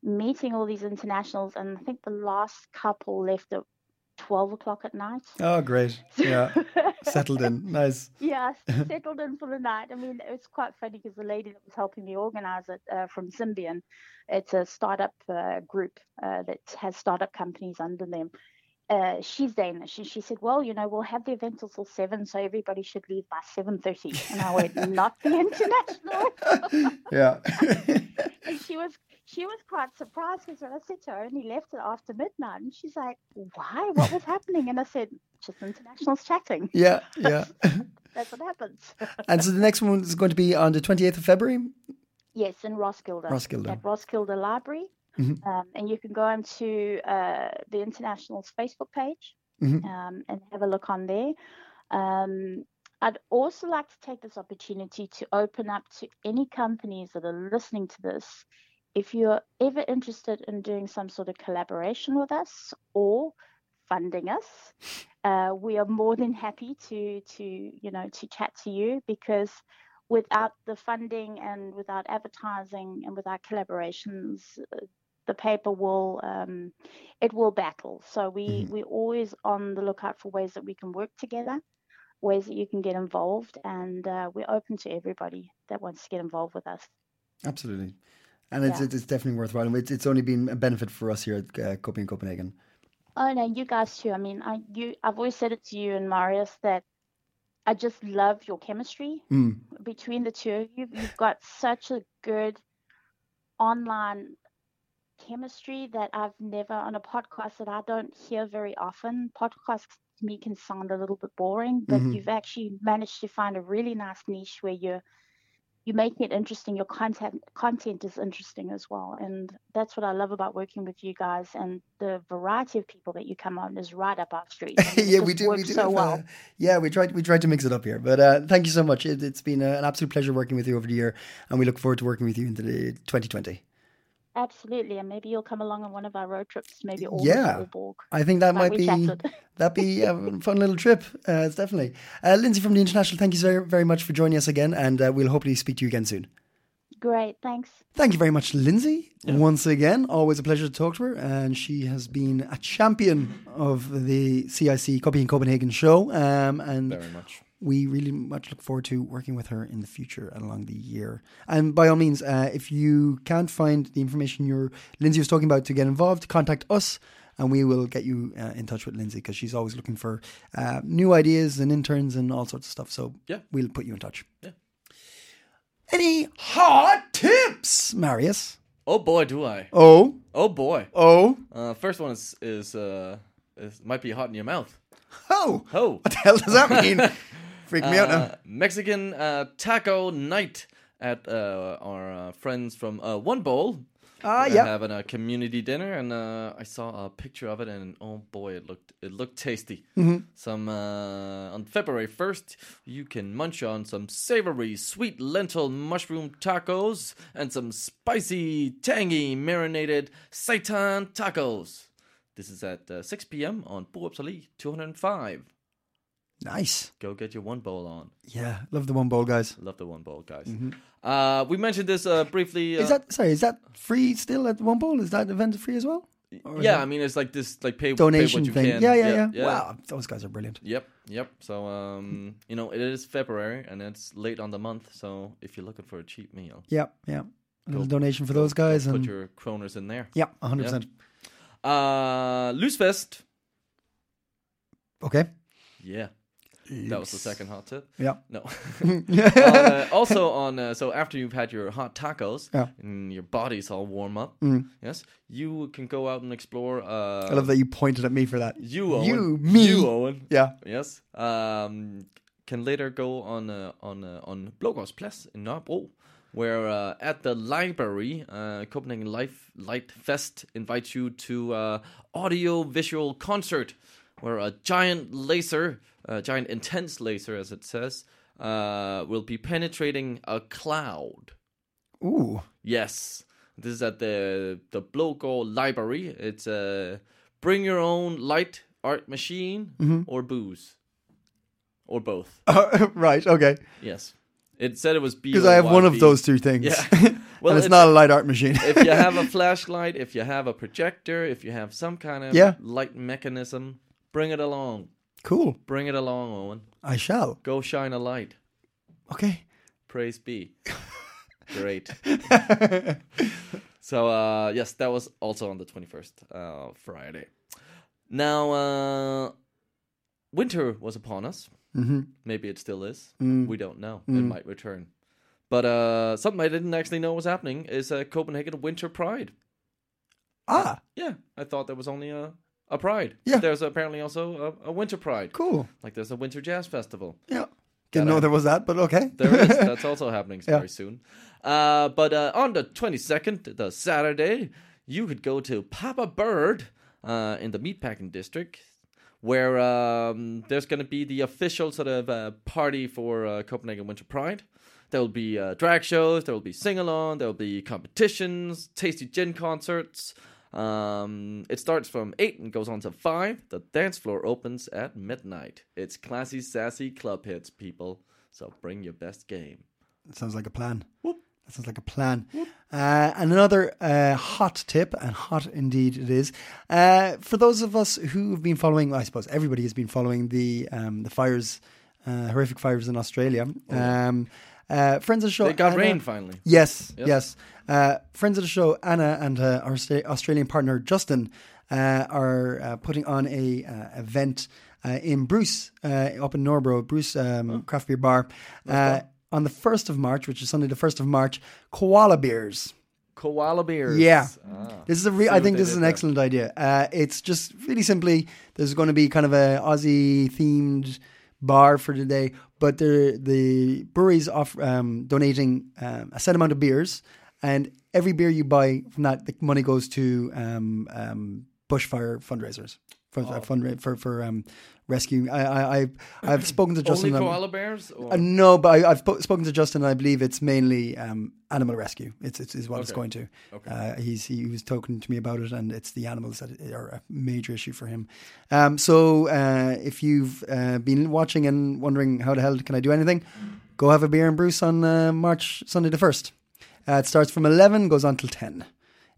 E: meeting all these internationals. And I think the last couple left at 12 o'clock at night.
C: Oh, great.
E: [laughs]
C: Yeah. Settled in. Nice.
E: Yeah, settled in for the night. I mean, it's quite funny because the lady that was helping me organize it uh, from Symbian, it's a startup uh, group uh, that has startup companies under them. Uh, she's Danish, and she said, "Well, you know, we'll have the event until seven, so everybody should leave by seven thirty. And I
C: [laughs]
E: went, "Not the international."
C: yeah. [laughs]
E: And she was she was quite surprised because when I said to her, "I "Only left it after midnight," and she's like, "Why? What was happening?" And I said, "Just internationals chatting.
C: yeah.
E: [laughs]
C: Yeah.
E: That's what happens."
C: And so the next one is going to be on the 28th of February.
E: Yes, in Roskilde.
C: Roskilde.
E: At Roskilde Library.
C: Mhm.
E: Um, and you can go onto uh, the International's Facebook page
C: Mhm.
E: um, and have a look on there. Um, I'd also like to take this opportunity to open up to any companies that are listening to this. If you're ever interested in doing some sort of collaboration with us or funding us, uh, we are more than happy to to you know to chat to you because without the funding and without advertising and without collaborations, uh, the paper will um, it will battle. So we
C: Mhm.
E: we're always on the lookout for ways that we can work together, ways that you can get involved, and uh, we're open to everybody that wants to get involved with us.
C: Absolutely. And it's,
E: Yeah.
C: it's, it's definitely worthwhile. And It's, it's only been a benefit for us here at uh, Copy in Copenhagen.
E: Oh no, you guys too. I mean, I you I've always said it to you and Marius that I just love your chemistry.
C: Mm.
E: between the two of you, you've got such a good online chemistry that I've never on a podcast that I don't hear very often. Podcasts to me can sound a little bit boring, but
C: Mhm.
E: you've actually managed to find a really nice niche where you're you're making it interesting. Your content content is interesting as well, and that's what I love about working with you guys. And the variety of people that you come on is right up our street. I mean, it
C: [laughs] [laughs] yeah, we
E: just
C: do. We
E: works
C: do.
E: so
C: have,
E: well.
C: uh, yeah, we tried. We tried to mix it up here, but uh, thank you so much. It, it's been uh, an absolute pleasure working with you over the year, and we look forward to working with you into the 2020.
E: Absolutely, and maybe you'll come along on one of our road trips, maybe all
C: Yeah.
E: over Aalborg.
C: I think that
E: Like
C: might
E: we
C: be
E: chatted. [laughs]
C: that be a fun little trip. Uh, it's definitely uh, Lindsay from the International. Thank you very very much for joining us again, and uh, we'll hopefully speak to you again soon.
E: Great, thanks.
C: Thank you very much, Lindsay. Once again, always a pleasure to talk to her. And she has been a champion of the CIC Copy in Copenhagen show. Um, and
D: Very much.
C: we really much look forward to working with her in the future and along the year. And by all means, uh, if you can't find the information you're Lindsay was talking about to get involved, contact us and we will get you uh, in touch with Lindsay because she's always looking for uh, new ideas and interns and all sorts of stuff. So
D: Yeah.
C: we'll put you in touch. Yeah. Any hot tips, Marius?
D: Oh boy, do I!
C: Oh,
D: Oh boy.
C: oh,
D: Uh, first one is is uh is, might be hot in your mouth.
C: oh. [laughs]
D: Oh.
C: What the hell does that mean? Freak me out now.
D: Uh, Mexican uh, taco night at uh, our uh, friends from uh, One Bowl.
C: Ah,
D: They're
C: yeah.
D: having a community dinner, and uh, I saw a picture of it, and oh boy, it looked it looked tasty.
C: Mm-hmm.
D: Some uh, on February first, you can munch on some savory sweet lentil mushroom tacos and some spicy, tangy marinated seitan tacos. This is at uh, 6 p.m. on Borup 205.
C: Nice.
D: Go get your one bowl on.
C: Yeah, love the one bowl, guys.
D: Love the one bowl, guys. Uh, we mentioned this uh, briefly. Uh,
C: Mm-hmm. Is that sorry? Is that free still at one bowl? Is that event free as well? Or is
D: yeah? I
C: it
D: mean, it's like this, like pay pay
C: donation
D: what you
C: thing.
D: Can.
C: Yeah, yeah, yeah, Wow, those guys are brilliant.
D: Yep, yep. So, um, you know, it is February and it's late on the month. So, if you're looking for a cheap meal,
C: Yeah, yeah. A little donation for those guys
D: put
C: and
D: your kroners in there.
C: yeah, hundred percent.
D: Uh, Loosefest.
C: Okay.
D: Yeah, that was the second hot tip.
C: Yeah.
D: [laughs]
C: [laughs]
D: No. On, uh, also on uh, so after you've had your hot tacos
C: Yeah. Mm.
D: and your body's all warm up, yes, you can go out and explore. Uh,
C: I love that you pointed at me for that.
D: You Owen,
C: You, me.
D: you Owen,
C: Yeah.
D: yes. Um, can later go on uh, on uh, on Blågårdsplads in Nørrebro, where uh, at the library, uh, Copenhagen Life Light Fest invites you to uh, audio visual concert, where a giant laser, a giant intense laser, as it says, uh, will be penetrating a cloud.
C: Ooh. [laughs]
D: Yes, this is at the the Blågård Library. It's a bring your own light art machine
C: Mm-hmm.
D: or booze or both.
C: right. Okay.
D: yes, it said it was
C: Because I have one of those two things.
D: Yeah,
C: Well, [laughs] and it's, not a light art machine.
D: if you have a flashlight, if you have a projector, if you have some kind of
C: Yeah.
D: light mechanism, bring it along.
C: [laughs] cool.
D: Bring it along, Owen.
C: I shall.
D: Go shine a light.
C: Okay. [laughs]
D: Praise be. Great. so uh yes, that was also on the 21st, uh Friday. Now uh winter was upon us.
C: Mhm.
D: Maybe it still is. We don't know. It might return. But uh something I didn't actually know was happening is uh, Copenhagen Winter Pride.
C: Ah,
D: Yeah, I thought there was only a a pride.
C: Yeah.
D: There's apparently also a, a winter pride.
C: cool.
D: Like there's a winter jazz festival.
C: Yeah. Didn't know there was that, but okay.
D: There
C: [laughs]
D: is. That's also happening
C: Yeah.
D: very soon. Uh, but uh, on the 22nd, the Saturday, you could go to Papa Bird uh, in the meatpacking district, where um, there's going to be the official sort of uh, party for uh, Copenhagen Winter Pride. There will be uh, drag shows, there will be sing along, there will be competitions, tasty gin concerts. Um, it starts from 8 and goes on to 5. The dance floor opens at midnight. It's classy, sassy club hits, people. So bring your best game.
C: That sounds like a plan. That sounds like a plan. Uh, and another uh, hot tip, and hot indeed it is, uh, for those of us who have been following, I suppose everybody has been following the um, the fires, uh, horrific fires in Australia. Um, uh, friends of the show,
D: It Oh, got
C: Anna-
D: rain finally.
C: Yes, yes. Uh, friends of the show, Anna and uh, our Austra- Australian partner Justin uh, are uh, putting on a uh, event uh, in Bruce, uh, up in Norbro, Bruce um, Craft Beer Bar, uh, on the first of March, which is Sunday the first of March. Koala beers.
D: Koala beers.
C: Yeah.
D: Ah.
C: This is a re-
D: See
C: I
D: what
C: think
D: they
C: this is
D: did
C: an
D: there.
C: excellent idea. Uh, it's just really simply there's going to be kind of a Aussie themed bar for today, but the the breweries off um, donating um, a set amount of beers, and every beer you buy from that the money goes to um, um, bushfire fundraisers. For,
D: Oh.
C: uh, fundra- for for um, rescue, I I I've, I've spoken to
D: Only
C: Justin. and I'm-
D: koala bears? Or?
C: uh, no, but I, I've po- spoken to Justin, and I believe it's mainly um, animal rescue. It's, it's is what it's
D: Okay.
C: going to. Uh, he's he was talking to me about it, and it's the animals that are a major issue for him. Um, so uh, if you've uh, been watching and wondering how the hell can I do anything, go have a beer and Bruce on uh, March Sunday the first. Uh, it starts from eleven, goes on till ten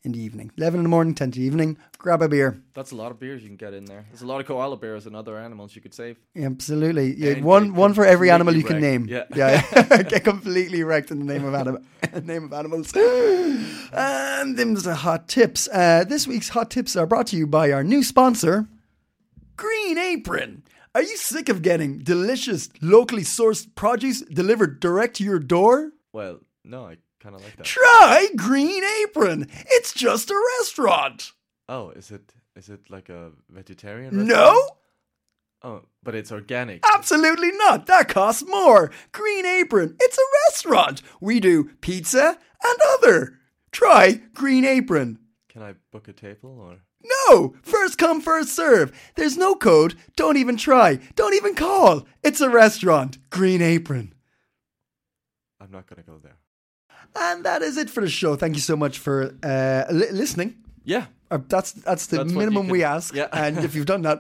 C: in the evening. Eleven in the morning, ten in the evening. Grab a beer.
D: That's a lot of beers you can get in there. There's a lot of koala bears and other animals you could save.
C: Absolutely, Yeah,
D: And
C: one
D: get
C: one for every animal you can
D: completely
C: name.
D: wrecked.
C: yeah,
D: [laughs]
C: yeah. [laughs] get completely wrecked in the name of anim- [laughs] name of animals. [gasps] And them's the hot tips. Uh, this week's hot tips are brought to you by our new sponsor, Green Apron. Are you sick of getting delicious, locally sourced produce delivered direct to your door?
D: Well, no, I kind of like that.
C: Try Green Apron. It's just a restaurant.
D: Oh, is it is it like a vegetarian?
C: No.
D: restaurant? Oh, but it's organic.
C: Absolutely not. That costs more. Green Apron, it's a restaurant. We do pizza and other. Try Green Apron.
D: Can I book a table or?
C: No! First come, first serve. There's no code. Don't even try. Don't even call. It's a restaurant. Green Apron.
D: I'm not gonna go there.
C: And that is it for the show. Thank you so much for uh, li- listening.
D: Yeah.
C: Uh, that's that's
D: That's
C: the
D: what you
C: minimum we
D: can-
C: ask.
D: Yeah. [laughs]
C: and if you've done that,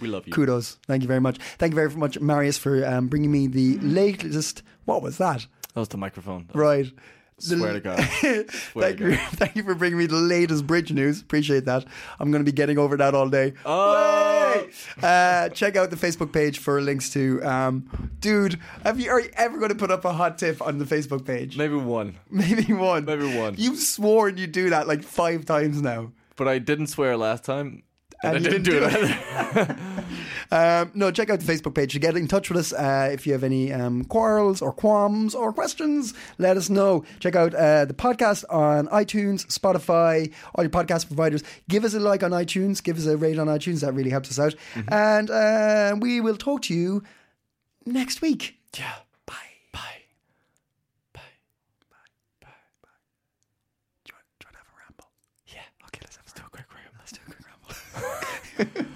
D: We love you.
C: Kudos. Thank you very much. Thank you very much, Marius, for um, bringing me the latest. What was that?
D: That was the microphone.
C: Right. The-
D: Swear to God.
C: [laughs] thank
D: to
C: you, thank you for bringing me the latest bridge news. Appreciate that. I'm going to be getting over that all day.
D: Oh.
C: Way! Uh, check out the Facebook page for links to. Um, dude, have you, are you ever going to put up a hot tip on the Facebook page?
D: Maybe one.
C: [laughs] Maybe one.
D: Maybe one.
C: You've sworn you do that like five times now.
D: But I didn't swear last time. And,
C: And
D: I
C: you
D: didn't,
C: didn't
D: do
C: do
D: it.
C: it. Um, no, check out the Facebook page to get in touch with us uh, if you have any um, quarrels or qualms or questions. Let us know. Check out uh, the podcast on iTunes, Spotify, all your podcast providers. Give us a like on iTunes. Give us a rate on iTunes. That really helps us out. And uh, we will talk to you next week.
D: [laughs] yeah. Bye. Bye. Bye.
C: Do you want, do you want to have a ramble?
D: Yeah. Okay, let's have a quick ramble.
C: Let's do a quick ramble.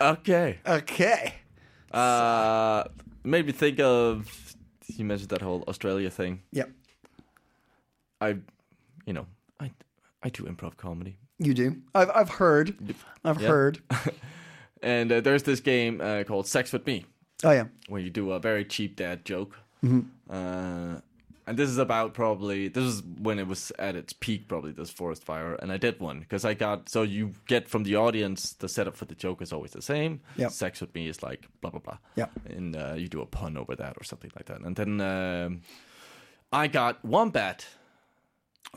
D: Okay.
C: Okay.
D: Uh, made me think of. You mentioned that whole Australia thing.
C: Yep.
D: I, you know, I, I do improv comedy.
C: You do. I've, I've heard. I've
D: Yeah.
C: [laughs] heard.
D: And uh, there's this game uh, called Sex with Me,
C: Oh, yeah.
D: where you do a very cheap dad joke.
C: Mm-hmm.
D: Uh, and this is about probably this is when it was at its peak, probably this forest fire. And I did one because I got so you get from the audience the setup for the joke is always the same.
C: Yep.
D: Sex with me is like blah blah blah.
C: Yep.
D: and uh, you do a pun over that or something like that. And then um, I got wombat,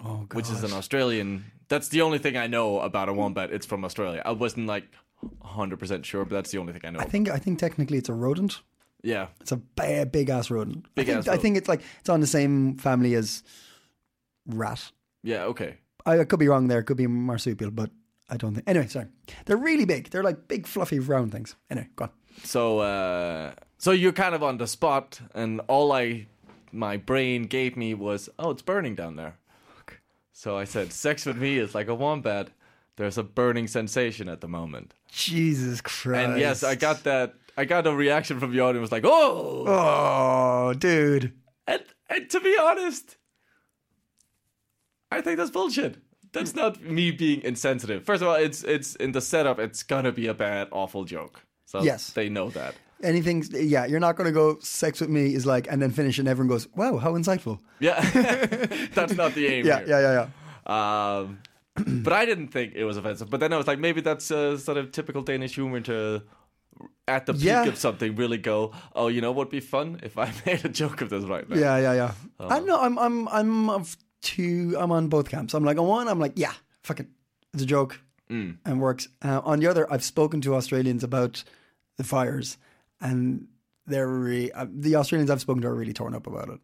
C: Oh, God.
D: which is an Australian. That's the only thing I know about a wombat. It's from Australia. I wasn't like 100% sure, but that's the only thing I know.
C: I think, I think technically it's a rodent.
D: yeah.
C: It's a big, big ass rodent.
D: Big
C: I think,
D: ass
C: I think it's like it's on the same family as rat.
D: Yeah, okay.
C: I, I could be wrong there. It could be marsupial, but I don't think. Anyway, sorry. They're really big. They're like big, fluffy, round things. Anyway, go on.
D: so uh so you're kind of on the spot and all i my brain gave me was oh it's burning down there so i said sex with me is like a wombat there's a burning sensation at the moment
C: Jesus Christ.
D: and yes i got that i got a reaction from the audience like oh,
C: Oh, dude.
D: And, and to be honest i think that's bullshit that's not me being insensitive first of all it's it's in the setup it's gonna be a bad awful joke so
C: Yes.
D: they know that
C: Anything? Yeah, you're not going to go. Sex with me is like, and then finish, and everyone goes, "Wow, how insightful."
D: yeah [laughs] that's not the aim
C: Yeah,
D: here.
C: yeah, yeah, yeah.
D: Um, [clears throat] but I didn't think it was offensive. But then I was like, maybe that's uh, sort of typical Danish humor to, at the peak
C: Yeah.
D: of something, really go, oh, you know what would be fun if I [laughs] made a joke of this right now.
C: Yeah, yeah, yeah.
D: oh,
C: I know. I'm, I'm, I'm of two. I'm on both camps. I'm like on one. I'm like, yeah, fucking, it's a joke
D: Mm.
C: and works. Uh, on the other, I've spoken to Australians about the fires, and they're re- uh, the Australians I've spoken to are really torn up about it.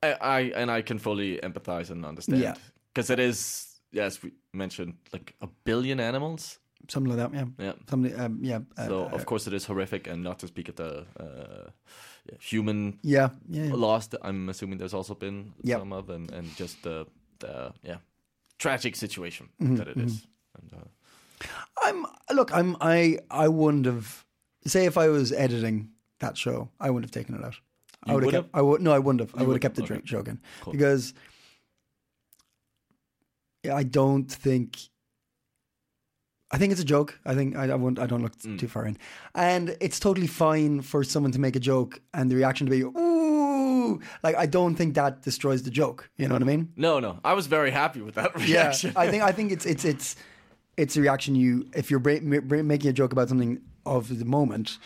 D: I, I and I can fully empathize and understand
C: Yeah.
D: because it is, as we mentioned, like a billion animals.
C: Something like that. Yeah.
D: Yeah.
C: Something. Um, yeah. uh,
D: So
C: uh,
D: of course it is horrific, and not to speak of the uh, human
C: yeah. Yeah. yeah.
D: loss. that I'm assuming there's also been
C: Hmm. Yep.
D: some of, and, and just the, the yeah tragic situation
C: Mm-hmm.
D: that it is. And, uh,
C: I'm look. I'm. I. I wouldn't have. Say if I was editing that show, I wouldn't have taken it out. I
D: You
C: would have
D: would
C: kept. I would no. I wouldn't have. I would have
D: wouldn't?
C: kept the
D: Okay.
C: drink joke in
D: Cool.
C: because yeah, I don't think. I think it's a joke. I think I, I won't. I don't look
D: Mm.
C: too far in, and it's totally fine for someone to make a joke and the reaction to be ooh. Like I don't think that destroys the joke. You know what I mean?
D: No, no. I was very happy with that [laughs]
C: Yeah,
D: reaction.
C: I think I think it's it's it's it's a reaction you if you're bra- ma- bra- making a joke about something of the moment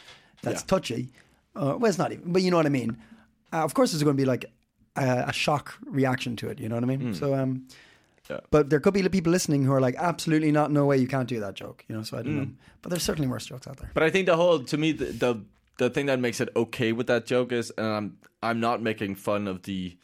C: that's
D: Yeah.
C: touchy. Uh, well, it's not even, but you know what I mean. Uh, of course, there's going to be like a, a shock reaction to it. You know what I mean? So, um,
D: Hmm. Yeah.
C: but there could be people listening who are like, absolutely not, no way, you can't do that joke. You know, so I
D: Hmm.
C: don't know. But there's certainly worse jokes out there.
D: But I think the whole to me the, the the thing that makes it okay with that joke is and I'm I'm not making fun of the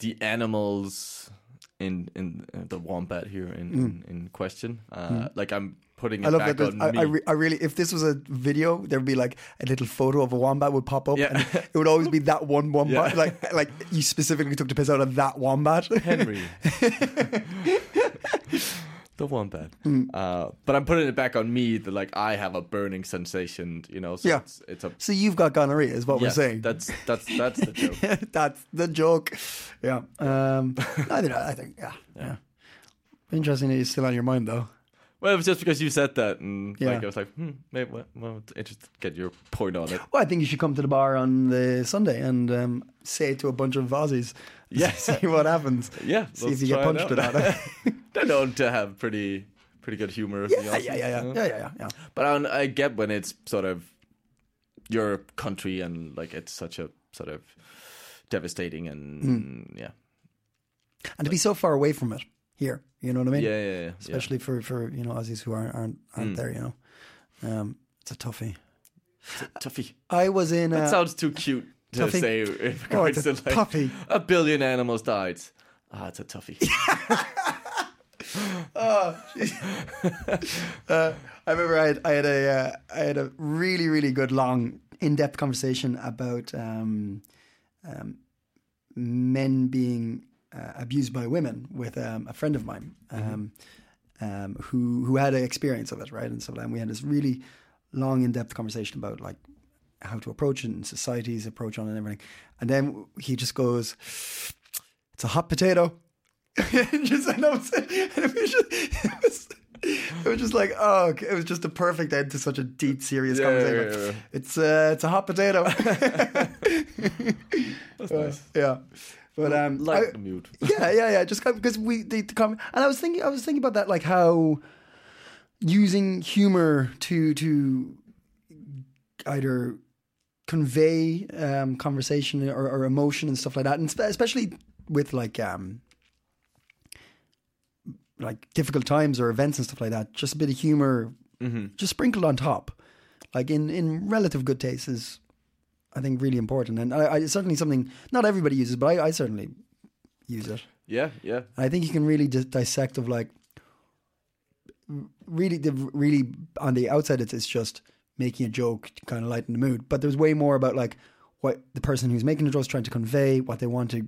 D: the animals in in uh, the wombat here in in, in question. Uh, like I'm putting it
C: Hmm. I love
D: back
C: that. there's-
D: on me.
C: I, I, re- I really, if this was a video, there'd be like a little photo of a wombat would pop up,
D: Yeah.
C: and it would always be that one wombat.
D: Yeah.
C: [laughs] Like, like you specifically took the piss out of that wombat.
D: Henry. the wombat.
C: Mm.
D: Uh, but I'm putting it back on me that like I have a burning sensation, you know. So
C: Yeah.
D: it's, it's a
C: [laughs] so you've got gonorrhea, is what
D: yes,
C: we're saying.
D: that's that's that's the joke.
C: [laughs] That's the joke. Yeah.
D: [laughs]
C: Um, I, think, I think. Yeah. Yeah. Interesting that it's still on your mind, though.
D: Well, it was just because you said that, and
C: Yeah.
D: like I was like, hmm, maybe well, well, it's interesting to get your point on it.
C: Well, I think you should come to the bar on the Sunday and um, say it to a bunch of Aussies. [laughs]
D: Yeah.
C: see what happens.
D: Yeah,
C: see
D: let's
C: if you get
D: try it
C: punched
D: out. [laughs]
C: or not. [laughs] yeah,
D: They're known to have pretty pretty good humor. the
C: yeah,
D: Aussies,
C: yeah, yeah,
D: you know?
C: yeah, yeah, yeah.
D: But I, I get when it's sort of your country and like it's such a sort of devastating and
C: Mm.
D: yeah,
C: And to be so far away from it here, you know what I mean?
D: yeah, Hmm. yeah, yeah, yeah.
C: Especially for for you know Aussies who aren't aren't, aren't there, you know. Um, it's a toughie.
D: Tuffy.
C: I was in.
D: That
C: uh,
D: sounds too cute to
C: Tuffy.
D: say. in
C: Oh, it's
D: regards
C: a
D: to, like,
C: toughie.
D: A billion animals died. Ah, it's a
C: [laughs]
D: toughie.
C: Uh, I remember I had, I had a uh, I had a really really good long in depth conversation about um, um, men being uh, abused by women with um, a friend of mine
D: Mm-hmm.
C: um, um, who who had an experience of it right and so then we had this really long in depth conversation about like how to approach it and society's approach on it and everything and then he just goes it's a hot potato. [laughs] And just- and I was- and it, was just, it, was, it was just like, oh, okay. it was just the perfect end to such a deep, serious
D: Yeah,
C: conversation.
D: yeah, yeah.
C: It's uh, it's a hot potato. [laughs]
D: That's nice.
C: yeah, but um,
D: Like
C: I-
D: the mute.
C: yeah, yeah, yeah. Just because we the, the com- and I was thinking, I was thinking about that, like how using humor to to either convey um, conversation or, or emotion and stuff like that, and spe- especially with like um, like difficult times or events and stuff like that. Just a bit of humor, just sprinkled on top, like in in relative good taste is. I think really important, and I, I, it's certainly something not everybody uses, but I, I certainly use it.
D: Yeah, yeah.
C: And I think you can really dis- dissect of like r- really the really on the outside it's it's just making a joke to kind of lighten the mood, but there's way more about like what the person who's making the joke is trying to convey, what they want to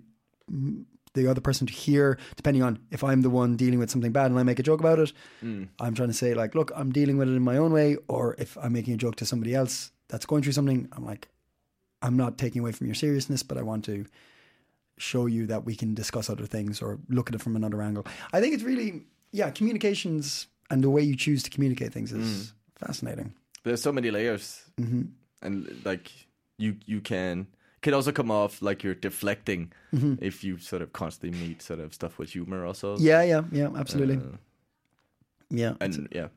C: mm, the other person to hear, depending on if I'm the one dealing with something bad and I make a joke about it, I'm trying to say like, look, I'm dealing with it in my own way, or if I'm making a joke to somebody else that's going through something, I'm like, I'm not taking away from your seriousness, but I want to show you that we can discuss other things or look at it from another angle. I think it's really, yeah, communications and the way you choose to communicate things is fascinating.
D: There's so many layers,
C: Mm-hmm.
D: and like you, you can can also come off like you're deflecting if you sort of constantly meet sort of stuff with humor also.
C: Mm-hmm. Yeah, yeah, yeah, absolutely. yeah,
D: and yeah,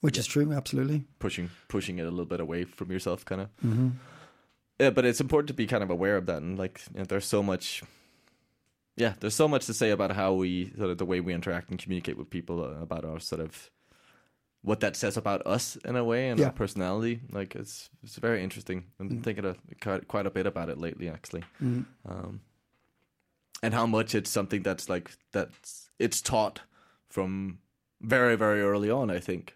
C: which is true, absolutely.
D: pushing pushing it a little bit away from yourself, kind of. Yeah, but it's important to be kind of aware of that, and like you know, there's so much. Yeah, there's so much to say about how we sort of the way we interact and communicate with people uh, about our sort of what that says about us in a way and
C: Yeah.
D: our personality. Like it's it's very interesting. I've been thinking a, quite, quite a bit about it lately, actually, um, and how much it's something that's like that's it's taught from very very early on. I think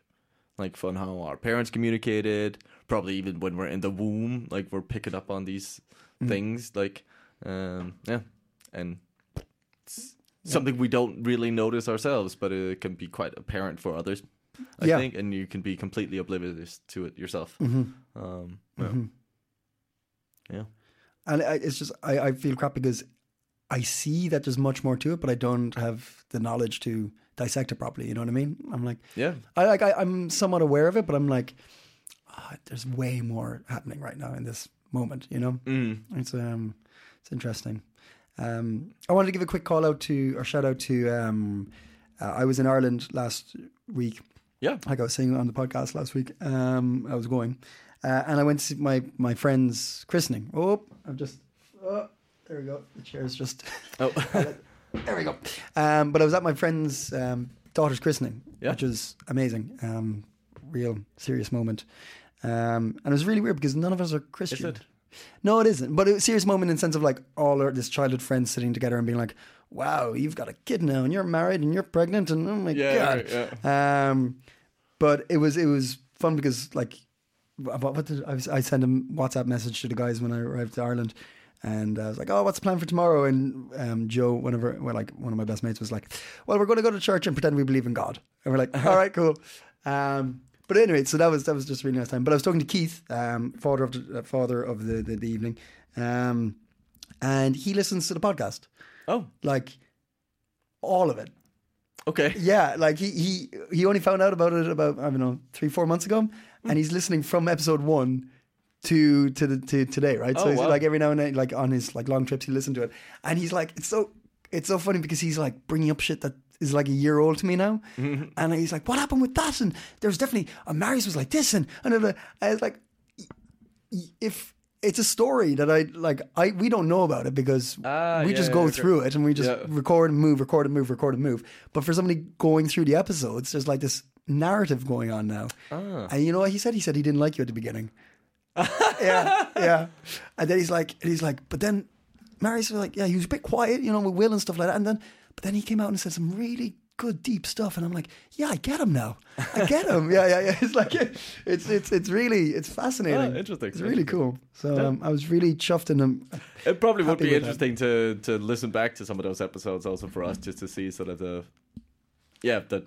D: like from how our parents communicated, probably even when we're in the womb, like we're picking up on these things, like um, yeah, and it's something we don't really notice ourselves, but it can be quite apparent for others, I
C: Yeah.
D: think, and you can be completely oblivious to it yourself. Um, yeah. yeah,
C: And I, it's just, I, I feel crap because I see that there's much more to it, but I don't have the knowledge to dissect it properly. You know what I mean? I'm like,
D: yeah,
C: I like, I, I'm somewhat aware of it, but I'm like, ah, there's way more happening right now in this moment, you know?
D: mm.
C: It's um, it's interesting. Um, I wanted to give a quick call out to or shout out to. Um, uh, I was in Ireland last week.
D: yeah.
C: Like I was saying on the podcast last week, um, I was going, uh, and I went to see my my friend's christening. Oh, I've just. Oh, there we go. The chair's just.
D: [laughs]
C: [laughs]
D: Oh,
C: There we go. Um, but I was at my friend's um, daughter's christening,
D: Yeah.
C: which was amazing. Um, real serious moment. Um, and it was really weird because none of us are Christian.
D: it?
C: No, it isn't. But it was a serious moment in the sense of like all our this childhood friends sitting together and being like, "Wow, you've got a kid now, and you're married, and you're pregnant, and oh my
D: Yeah,
C: god."
D: right,
C: Um, but it was it was fun because like what, what did I, was- I sent a WhatsApp message to the guys when I arrived to Ireland, and I was like, "Oh, what's the plan for tomorrow?" And um, Joe, one of our, well, like one of my best mates, was like, "Well, we're going to go to church and pretend we believe in God." And we're
D: Uh-huh.
C: like, "All right, cool." Um, but anyway, so that was that was just a really nice time. But I was talking to Keith, um, father of the, uh, father of the the, the evening, um, and he listens to the podcast
D: oh,
C: like all of it.
D: Okay.
C: [laughs] Yeah, like he he he only found out about it about I don't know three four months ago,
D: Hmm.
C: and he's listening from episode one to to the, to today, right? so
D: Oh,
C: he's
D: wow.
C: like every now and then, like on his like long trips, he listened to it, and he's like, it's so it's so funny because he's like bringing up shit that is like a year old to me now,
D: Mm-hmm.
C: and he's like, what happened with that? And there was definitely uh, Marius was like this, and and I was like, if it's a story that I like, I we don't know about it because
D: Ah,
C: we
D: yeah,
C: just
D: yeah,
C: go
D: okay.
C: through it and we just
D: Yeah.
C: record and move, record and move, record and move. But for somebody going through the episodes, there's like this narrative going on now.
D: Ah.
C: And you know what he said? He said he didn't like you at the
D: [laughs]
C: beginning. yeah, yeah. And then he's like, and he's like, but then Marius was like, yeah, he was a bit quiet, you know, with Will and stuff like that. And then, but then he came out and said some really good deep stuff, and I'm like, yeah, I get him now. I get him. yeah, yeah, [laughs] yeah. It's like, it's it's it's really it's fascinating.
D: Ah, interesting.
C: It's really cool. So um, I was really chuffed in him.
D: It probably would
C: Happy
D: be
C: with that.
D: interesting to to listen back to some of those episodes also for us just to see sort of the yeah the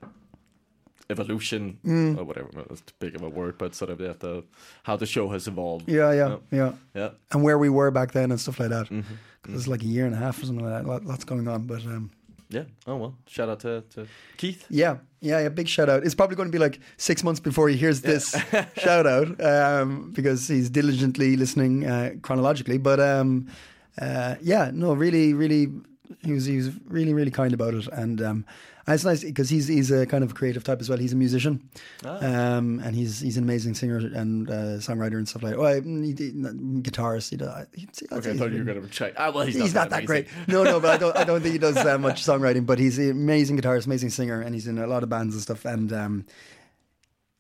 D: evolution
C: Mm.
D: or whatever that's too big of a word but sort of yeah, the how the show has evolved Uh,
C: Yeah, yeah, yeah.
D: yeah
C: And where we were back then and stuff like that.
D: Mm-hmm.
C: Because it's like a year and a half or something like that. Lot, lots going on, but um,
D: yeah oh well shout out to, to Keith
C: yeah, yeah, yeah. Big shout out. It's probably going to be like six months before he hears
D: [laughs]
C: this shout out um, because he's diligently listening uh, chronologically. But um, uh, yeah, no, really, really, he was he was really really kind about it, and um, and it's nice because he's he's a kind of creative type as well. He's a musician,
D: Ah.
C: um, and he's he's an amazing singer and uh, songwriter and stuff like. Well, he, he, guitarist. He, does- he'd say- I'd say
D: okay I thought
C: he's really-
D: you were gonna check ah well he's,
C: he's not that great.
D: amazing.
C: No, no, but I don't, I don't think he does that much songwriting. But he's an amazing guitarist, amazing singer, and he's in a lot of bands and stuff. And um,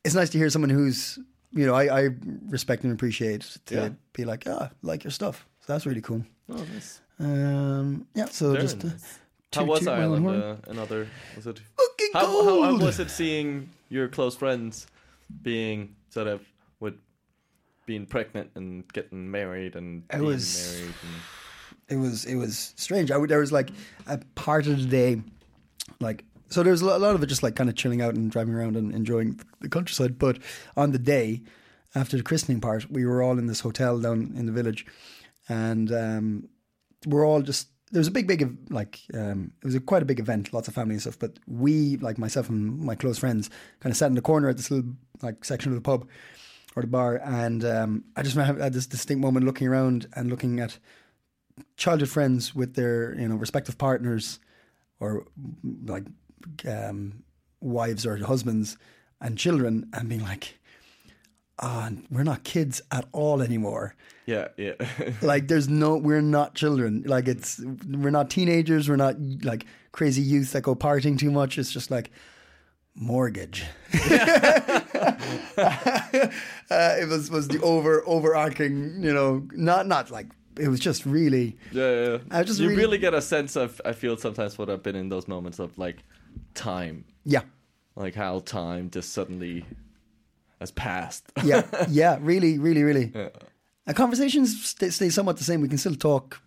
C: it's nice to hear someone who's you know I, I respect and appreciate to
D: Yeah.
C: be like ah like your stuff. So that's really cool.
D: oh nice
C: Um, yeah. So
D: Very
C: just uh,
D: nice. how
C: toot-
D: was
C: toot my own
D: Ireland
C: horn.
D: uh, another was it
C: fucking
D: how, how, how
C: cold.
D: was it seeing your close friends being sort of with being pregnant and getting married and being
C: was-
D: married and...
C: it was it was strange. I would, there was like a part of the day, like so there was a lo- a lot of it just like kind of chilling out and driving around and enjoying the countryside. But on the day after the christening part, we were all in this hotel down in the village, and um, we're all just there was a big big ev- like um, it was a, quite a big event, lots of family and stuff. But we like myself and my close friends kind of sat in the corner at this little like section of the pub or the bar, and um, I just remember I had this distinct moment looking around and looking at childhood friends with their you know respective partners or mm, like um, wives or husbands and children and being like ah we're not kids at all anymore
D: Yeah, yeah. [laughs]
C: [laughs] like there's no we're not children like it's we're not teenagers we're not like crazy youth that go partying too much it's just like mortgage [laughs] uh, it was was the over overarching you know not not like it was just really
D: yeah, yeah.
C: I just
D: you
C: really-
D: really... get a sense of I feel sometimes what I've been in those moments of like time,
C: yeah
D: like how time just suddenly has passed.
C: yeah, yeah, really, really, really. Our conversations stay, stay somewhat the same. We can still talk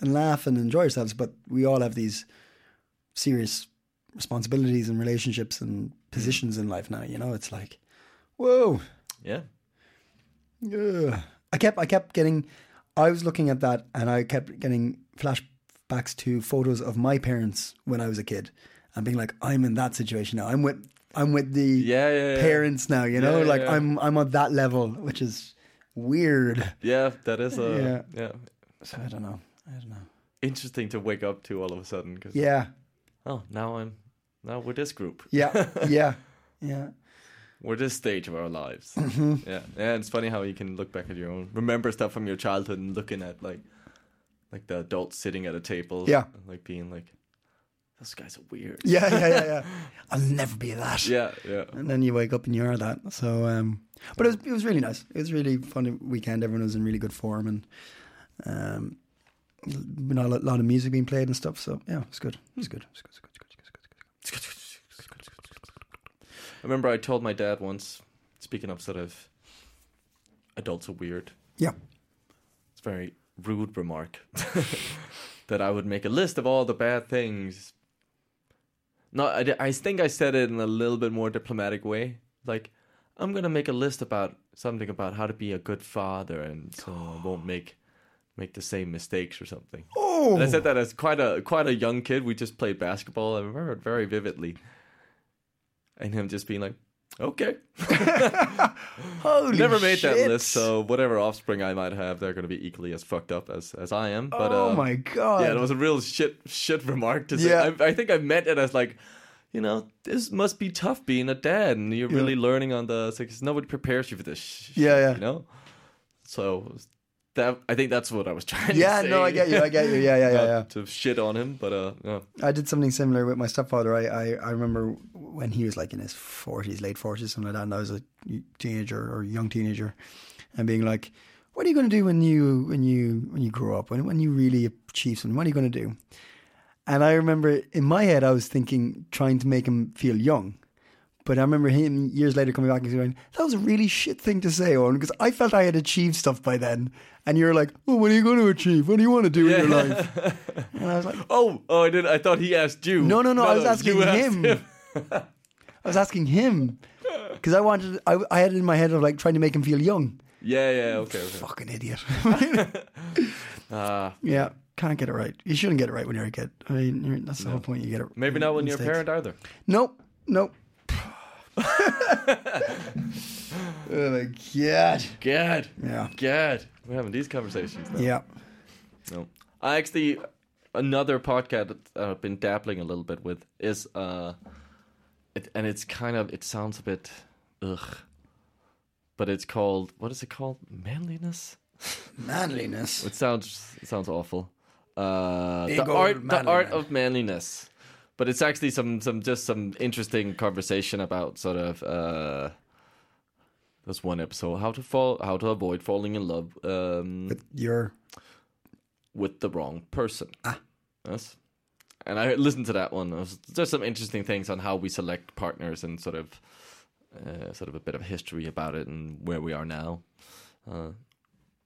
C: and laugh and enjoy ourselves, but we all have these serious responsibilities and relationships and positions in life now. You know, it's like, whoa.
D: [laughs] yeah,
C: Ugh. I kept, I kept getting. I was looking at that, and I kept getting flashbacks to photos of my parents when I was a kid, and being like, I'm in that situation now. I'm with, I'm with the
D: Yeah, yeah, yeah.
C: parents now. You know,
D: Yeah, yeah,
C: like
D: yeah.
C: I'm, I'm on that level, which is weird.
D: yeah. That is a yeah.
C: So I don't know. I don't know.
D: Interesting to wake up to all of a sudden. Cause,
C: Yeah,
D: Oh, now I'm now we're this group. [laughs]
C: yeah, yeah, yeah.
D: We're this stage of our lives. Yeah. Yeah. It's funny how you can look back at your own, remember stuff from your childhood, and looking at like like the adults sitting at a table.
C: Yeah.
D: and, like being like, those guys are weird.
C: [laughs] Yeah, yeah, yeah, yeah. I'll never be that.
D: Yeah. Yeah.
C: And then you wake up and you are that. So, um, but it was it was really nice. It was really fun weekend. Everyone was in really good form and um, you know, a lot- lot of music being played and stuff. So yeah, it was good. It was good. It was good. It was good. It was good. It was good.
D: I remember I told my dad once, speaking of sort of adults are weird,
C: Yeah.
D: it's a very rude remark, [laughs] that I would make a list of all the bad things. No, I, di- I think I said it in a little bit more diplomatic way. Like, I'm going to make a list about something about how to be a good father and so I won't make make the same mistakes or something.
C: Oh,
D: And I said that as quite a quite a young kid. We just played basketball. I remember it very vividly. and him just being like, okay,
C: Holy
D: never made that
C: shit.
D: list. So whatever offspring I might have, they're gonna be equally as fucked up as as I am. But
C: oh
D: uh,
C: my god.
D: yeah, it was a real shit shit remark to say.
C: Yeah.
D: I, I think I meant it as like, you know, this must be tough being a dad, and you're really learning on the because nobody prepares you for this. Sh-
C: Yeah,
D: shit,
C: yeah.
D: You know, so that I think that's what I was [laughs] trying.
C: Yeah,
D: to say.
C: no, I get you. I get you. Yeah, yeah, yeah,
D: Not
C: yeah.
D: To shit on him, but uh, no.
C: I did something similar with my stepfather. I, I, I remember when he was like in his 40s, late 40s, something like that, and I was a teenager or young teenager, and being like, "What are you going to do when you when you when you grow up? When when you really achieve something? What are you going to do?" And I remember in my head, I was thinking, trying to make him feel young. But I remember him years later coming back and going, "That was a really shit thing to say, Owen, because I felt I had achieved stuff by then." And you're like, "Well, what are you going to achieve? What do you want to do in your life?" And I was like,
D: Oh, oh, I did. I thought he asked you.
C: No, no, no. I was asking
D: you asked
C: him. I was asking him because I wanted. I, I had it in my head of like trying to make him feel young.
D: [laughs] Yeah, yeah. Okay. okay.
C: Fucking idiot.
D: [laughs]
C: [laughs]
D: Uh,
C: yeah, can't get it right. You shouldn't get it right when you're a kid. I mean, you're- that's the whole point. You get it.
D: maybe not when you're a
C: mistakes.
D: parent either.
C: Nope.
D: [laughs]
C: Nope. oh my god.
D: God,
C: Yeah.
D: God, we're having these conversations now.
C: Yeah.
D: No. I actually another podcast that I've been dabbling a little bit with is uh it, and it's kind of it sounds a bit ugh. But it's called what is it called? Manliness?
C: Manliness.
D: It sounds it sounds awful. Uh
C: Big
D: the
C: old
D: art the
C: manly
D: art
C: man.
D: of manliness. But it's actually some some just some interesting conversation about sort of uh there's one episode how to fall how to avoid falling in love um
C: But you're
D: with the wrong person. Ah. Yes. And I listened to that one. There was- There's some interesting things on how we select partners and sort of, uh, sort of a bit of history about it and where we are now. Uh,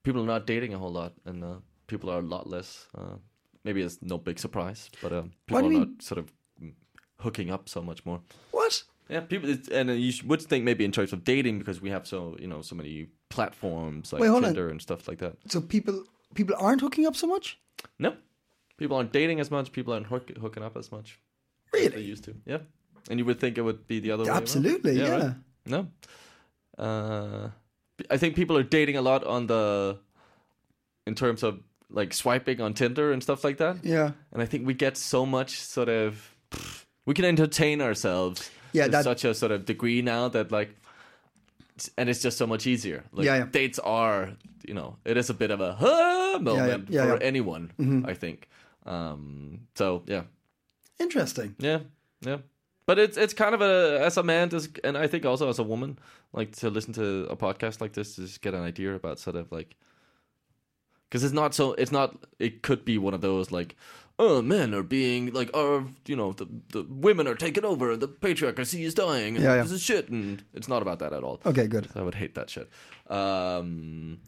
D: people are not dating a whole lot, and uh, people are a lot less. Uh, maybe it's no big surprise, but um,
C: What
D: people
C: do
D: are
C: you
D: not sort of mm, hooking up so much more.
C: what?
D: Yeah, people, it's- and uh, you sh- would think maybe in terms of dating because we have so you know so many platforms like
C: Wait, hold on.
D: Tinder and stuff like that.
C: So people people aren't hooking up so much?
D: No, people aren't dating as much. People aren't hook, hooking up as much. as they
C: Really?
D: used to. Yeah, and you would think it would be the other way.
C: Absolutely.
D: around.
C: Yeah.
D: right. No, uh, I think people are dating a lot on the, in terms of like swiping on Tinder and stuff like that.
C: Yeah.
D: And I think we get so much sort of, we can entertain ourselves.
C: Yeah,
D: to
C: that-
D: such a sort of degree now that like. And it's just so much easier. Like
C: Yeah, yeah.
D: dates are, you know, it is a bit of a huh moment
C: yeah,
D: for
C: yeah. Mm-hmm.
D: anyone, I think. Um, so yeah,
C: Interesting.
D: yeah, yeah. But it's it's kind of a as a man, this, and I think also as a woman, like to listen to a podcast like this to just get an idea about sort of like, because it's not so it's not it could be one of those like, oh men are being like are you know the the women are taking over and the patriarchy is dying and
C: Yeah, yeah.
D: this is shit and it's not about that at all.
C: Okay, good.
D: I would hate that shit. Um,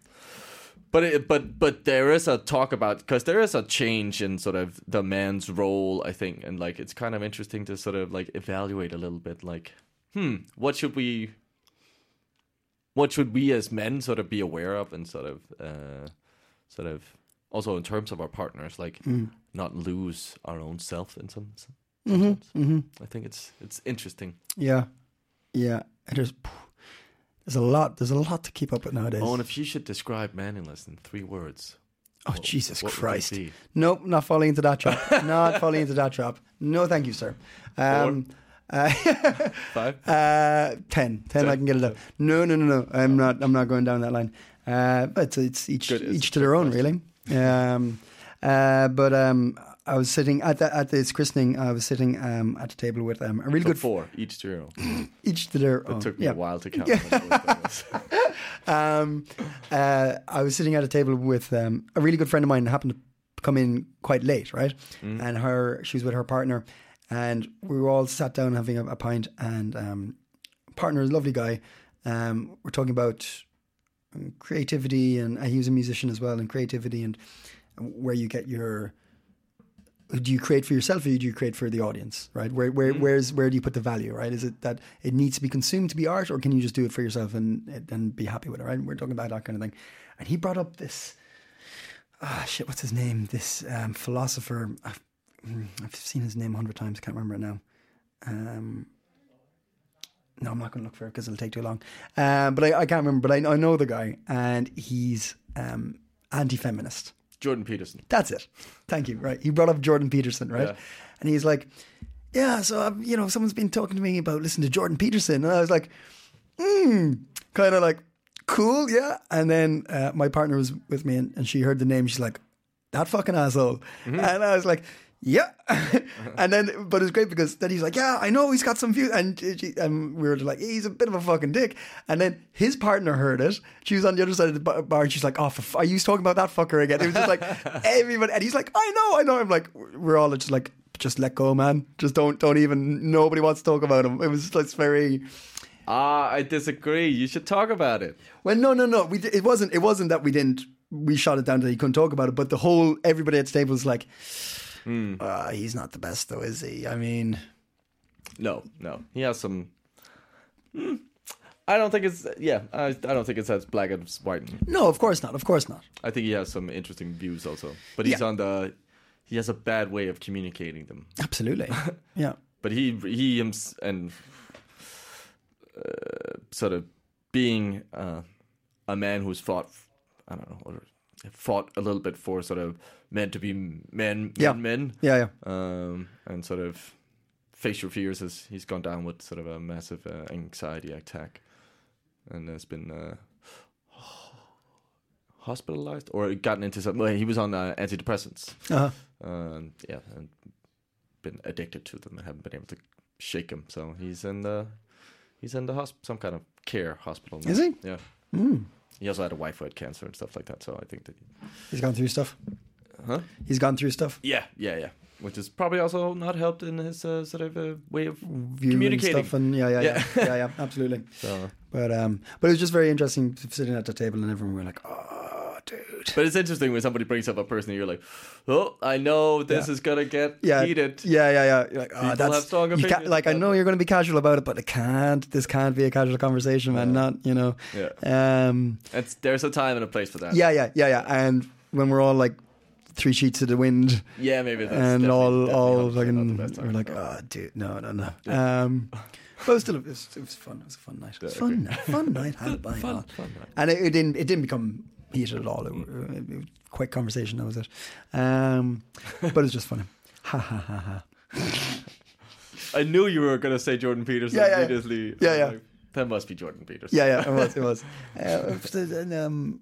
D: but it, but but there is a talk about because there is a change in sort of the man's role, I think, and like it's kind of interesting to sort of like evaluate a little bit, like, hmm, what should we, what should we as men sort of be aware of and sort of, uh, sort of also in terms of our partners, like not lose our own self in some. some sometimes. I think it's it's interesting.
C: Yeah, yeah. And There's there's a lot. There's a lot to keep up with nowadays.
D: Oh,
C: Oh,
D: and if you should describe manliness in three words,
C: Jesus
D: what would it
C: Christ!
D: be?
C: Nope, not falling into that trap. [laughs] not falling into that trap. No, thank you, sir. Um, uh,
D: Five.
C: Uh, ten. Ten, I can get it up. No, no, no, no. I'm not. I'm not going down that line. Uh, but it's each
D: Oh. Good, it's
C: each to their own, really. Um, uh, but um, I was sitting at the, at this christening. I was sitting um, at the table with um, a really
D: Good
C: good
D: four, each to your own.
C: each to their own.
D: It took me
C: yeah.
D: a while
C: [laughs]
D: to count. how many that was.
C: um, uh, I was sitting at a table with um, a really good friend of mine who happened to come in quite late, right? And her, she was with her partner, and we were all sat down having a, a pint. And um, partner, is a lovely guy. Um, we're talking about um, creativity, and uh, he was a musician as well, and creativity, and where you get your do you create for yourself or do you create for the audience right where where where's where do you put the value right is it that it needs to be consumed to be art or can you just do it for yourself and and be happy with it right we're talking about that kind of thing and he brought up this ah shit what's his name this um, philosopher I've, mm, I've seen his name a hundred times can't remember it now um No, I'm not going to look for it because it'll take too long. Um, but I, I can't remember. But I, I know the guy, and he's um, anti-feminist.
D: Jordan Peterson.
C: That's it. Thank you. Right. He brought up Jordan Peterson, right?
D: Yeah.
C: And he's like, yeah, so, I've, you know, someone's been talking to me about listening to Jordan Peterson. And I was like, hmm, kind of like, cool, yeah. And then uh, my partner was with me and, and she heard the name. She's like, that fucking asshole. And I was like, yeah. [laughs] and then, but it's great because then he's like, yeah, I know he's got some views. And, she- and we were like, he's a bit of a fucking dick. And then his partner heard it. She was on the other side of the bar bar and she's like, oh, for f- are you talking about that fucker again? It was just like everybody. And he's like, I know, I know. I'm like, we're all just like, just let go, man. Just don't, don't even, nobody wants to talk about him. It was just like very,
D: Ah, I disagree. You should talk about it.
C: well, no, no, no. We, di- it wasn't. It wasn't that we didn't. We shot it down that he couldn't talk about it. But the whole everybody at the table was like,
D: Hmm.
C: "Ah, he's not the best, though, is he? I mean,
D: No, no. He has some. Hmm. I don't think it's yeah. I, I don't think it's as black as white.
C: no, of course not. Of course not.
D: I think he has some interesting views also, but he's on the. He has a bad way of communicating them. [laughs]
C: Absolutely. yeah.
D: but he he hims and uh, sort of being uh, a man who's fought I don't know or fought a little bit for sort of meant to be men men
C: Yeah.
D: men
C: Yeah. Yeah.
D: um, and sort of face your fears as he's gone down with sort of a massive uh, anxiety attack and has been uh, [sighs] hospitalized or gotten into some well, he was on uh, antidepressants
C: Uh-huh.
D: um, yeah, and been addicted to them and haven't been able to shake him. So he's in the he's in the hosp- some kind of care hospital. Now.
C: Is he?
D: Yeah.
C: Mm.
D: He also had a wife who had cancer and stuff like that. So I think that.
C: He's gone through stuff.
D: Huh?
C: He's gone through stuff.
D: Yeah, yeah, yeah. Which is probably also not helped in his uh, sort of uh, way of
C: View
D: communicating.
C: and stuff, and yeah, yeah, yeah,
D: Yeah.
C: [laughs] yeah, yeah, Absolutely.
D: So-
C: But um, but it was just very interesting sitting at the table and everyone were like, oh, dude.
D: But it's interesting when somebody brings up a person, and you're like, "Oh, I know this
C: Yeah.
D: is gonna get
C: yeah,
D: heated."
C: Yeah, yeah, yeah. You're like, oh,
D: People
C: that's
D: have strong
C: you can't-
D: opinions
C: Like, I
D: about
C: know you're going to be casual about it, but it can't. This can't be a casual conversation, man. Not, you know. Yeah. Um.
D: It's, there's a time and a place for that.
C: Yeah, yeah, yeah, yeah. And when we're all like three sheets of the wind
D: yeah, maybe. That's
C: and
D: definitely-
C: all,
D: definitely
C: all
D: 100% not the
C: fucking,
D: best time.
C: we're like, oh, dude, no, no, no. Um. But it was still, it was, it was fun. It was a fun night. It was fun, night, fun night.
D: [laughs]
C: Had by all. And it, it didn't, it didn't become heated at all. It, it, was quick conversation. That was it. Um. But it was just funny. Ha ha ha ha.
D: I knew you were going to say Jordan Peterson
C: Yeah, yeah, yeah.
D: immediately.
C: Yeah,
D: I was
C: yeah.
D: like, that must be Jordan Peterson.
C: Yeah, yeah, it was, it was. [laughs] Uh, it was, and, um,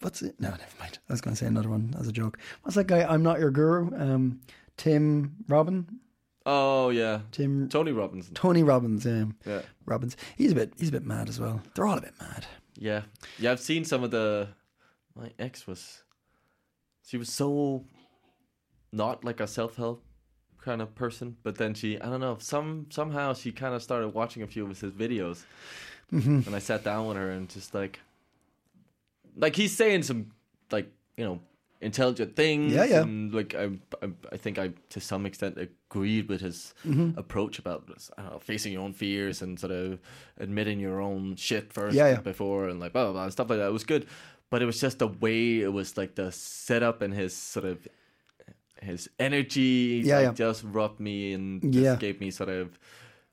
C: what's it? No, never mind. I was going to say another one as a joke. What's that guy? I'm not your guru. Um, Tim Robin.
D: Oh yeah.
C: Tim
D: Tony Robinson.
C: Tony Robbins. Yeah,
D: Yeah.
C: Robbins. He's a bit. He's a bit mad as well. They're all a bit mad.
D: Yeah. Yeah, I've seen some of the my ex was she was so not like a self-help kind of person, but then she I don't know, some somehow she kind of started watching a few of his videos.
C: Mm-hmm.
D: And I sat down with her and just like like he's saying some like, you know, intelligent things
C: Yeah, yeah.
D: and Um, like I, I I think I to some extent agreed with his
C: Mm-hmm.
D: approach about I don't know, facing your own fears and sort of admitting your own shit first
C: Yeah, yeah.
D: before and like blah blah blah and stuff like that. It was good, but it was just the way it was like the setup and his sort of his energy.
C: Yeah,
D: like,
C: yeah.
D: just rubbed me and just
C: Yeah.
D: gave me sort of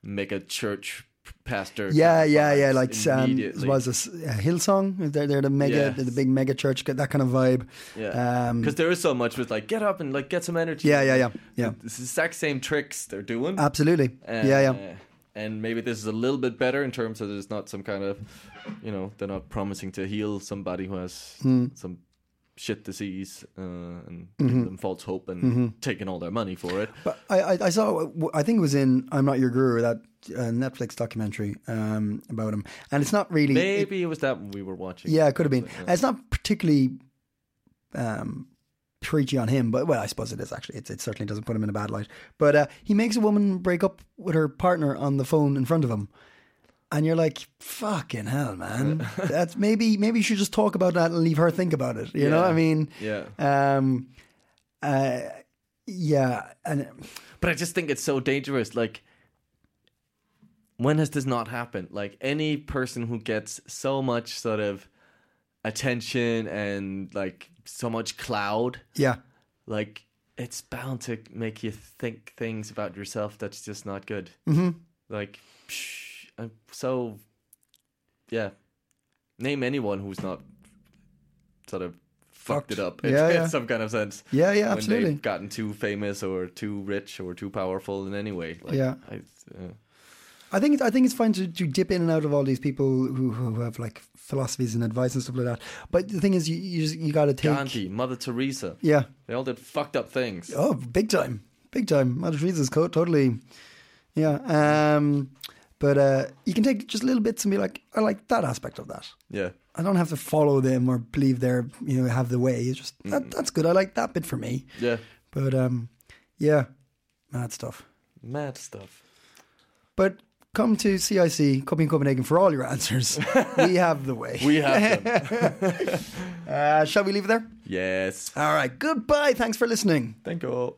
D: mega church pastor.
C: Yeah,
D: kind of
C: yeah, yeah.
D: vibes
C: Like um,
D: immediately.
C: was this uh, Hillsong? They're they're the mega,
D: Yeah.
C: they're the big mega church. Get that kind of vibe.
D: Yeah,
C: Um,
D: because there is so much with like get up and like get some energy.
C: yeah, yeah, yeah, yeah.
D: It's the exact same tricks they're doing.
C: Absolutely.
D: And,
C: yeah, yeah.
D: uh, And maybe this is a little bit better in terms of there's not some kind of, you know, they're not promising to heal somebody who has
C: Hmm.
D: some shit disease uh, and giving them false hope and taking all their money for it.
C: Mm-hmm. But I, I, I saw, I think it was in I'm Not Your Guru, that uh, Netflix documentary um, about him. And it's not really. it-
D: Maybe it was that we were watching.
C: yeah, it could have been. It's not particularly um, preachy on him, but well, I suppose it is actually. It, it certainly doesn't put him in a bad light. But uh, he makes a woman break up with her partner on the phone in front of him. And you're like, fucking
D: [laughs]
C: hell, man. That's maybe maybe you should just talk about that and leave her think about it. You know what
D: Yeah.
C: I mean?
D: Yeah.
C: Um, uh, yeah, and
D: But I just think it's so dangerous. Like, when has this not happened? Like, any person who gets so much sort of attention and like so much cloud
C: yeah. Mm-hmm.
D: like it's bound to make you think things about yourself that's just not good. Like, psh, I'm so, yeah. Name anyone who's not sort of fucked,
C: Fucked.
D: it up in [laughs]
C: Yeah, yeah.
D: some kind of sense.
C: Yeah, yeah,
D: when
C: absolutely.
D: they've gotten too famous or too rich or too powerful in any way. Like,
C: Yeah.
D: I, uh,
C: I think it's, I think it's fine to, to dip in and out of all these people who, who have like philosophies and advice and stuff like that. But the thing is, you you, just, you got to take
D: Gandhi, Mother Teresa,
C: yeah.
D: they all did fucked up things.
C: Oh, big time, big time. Mother Teresa's coat, totally. Yeah. Um, but uh, you can take just little bits and be like, I like that aspect of that.
D: Yeah,
C: I don't have to follow them or believe they're you know have the way. It's just that, that's good. I like that bit for me.
D: yeah,
C: But um, yeah, mad stuff.
D: mad stuff.
C: But come to CIC, Copy in Copenhagen for all your answers. we have the way.
D: We have
C: [laughs]
D: them.
C: Uh, shall we leave it there?
D: yes.
C: All right. Goodbye. Thanks for listening.
D: Thank you. all.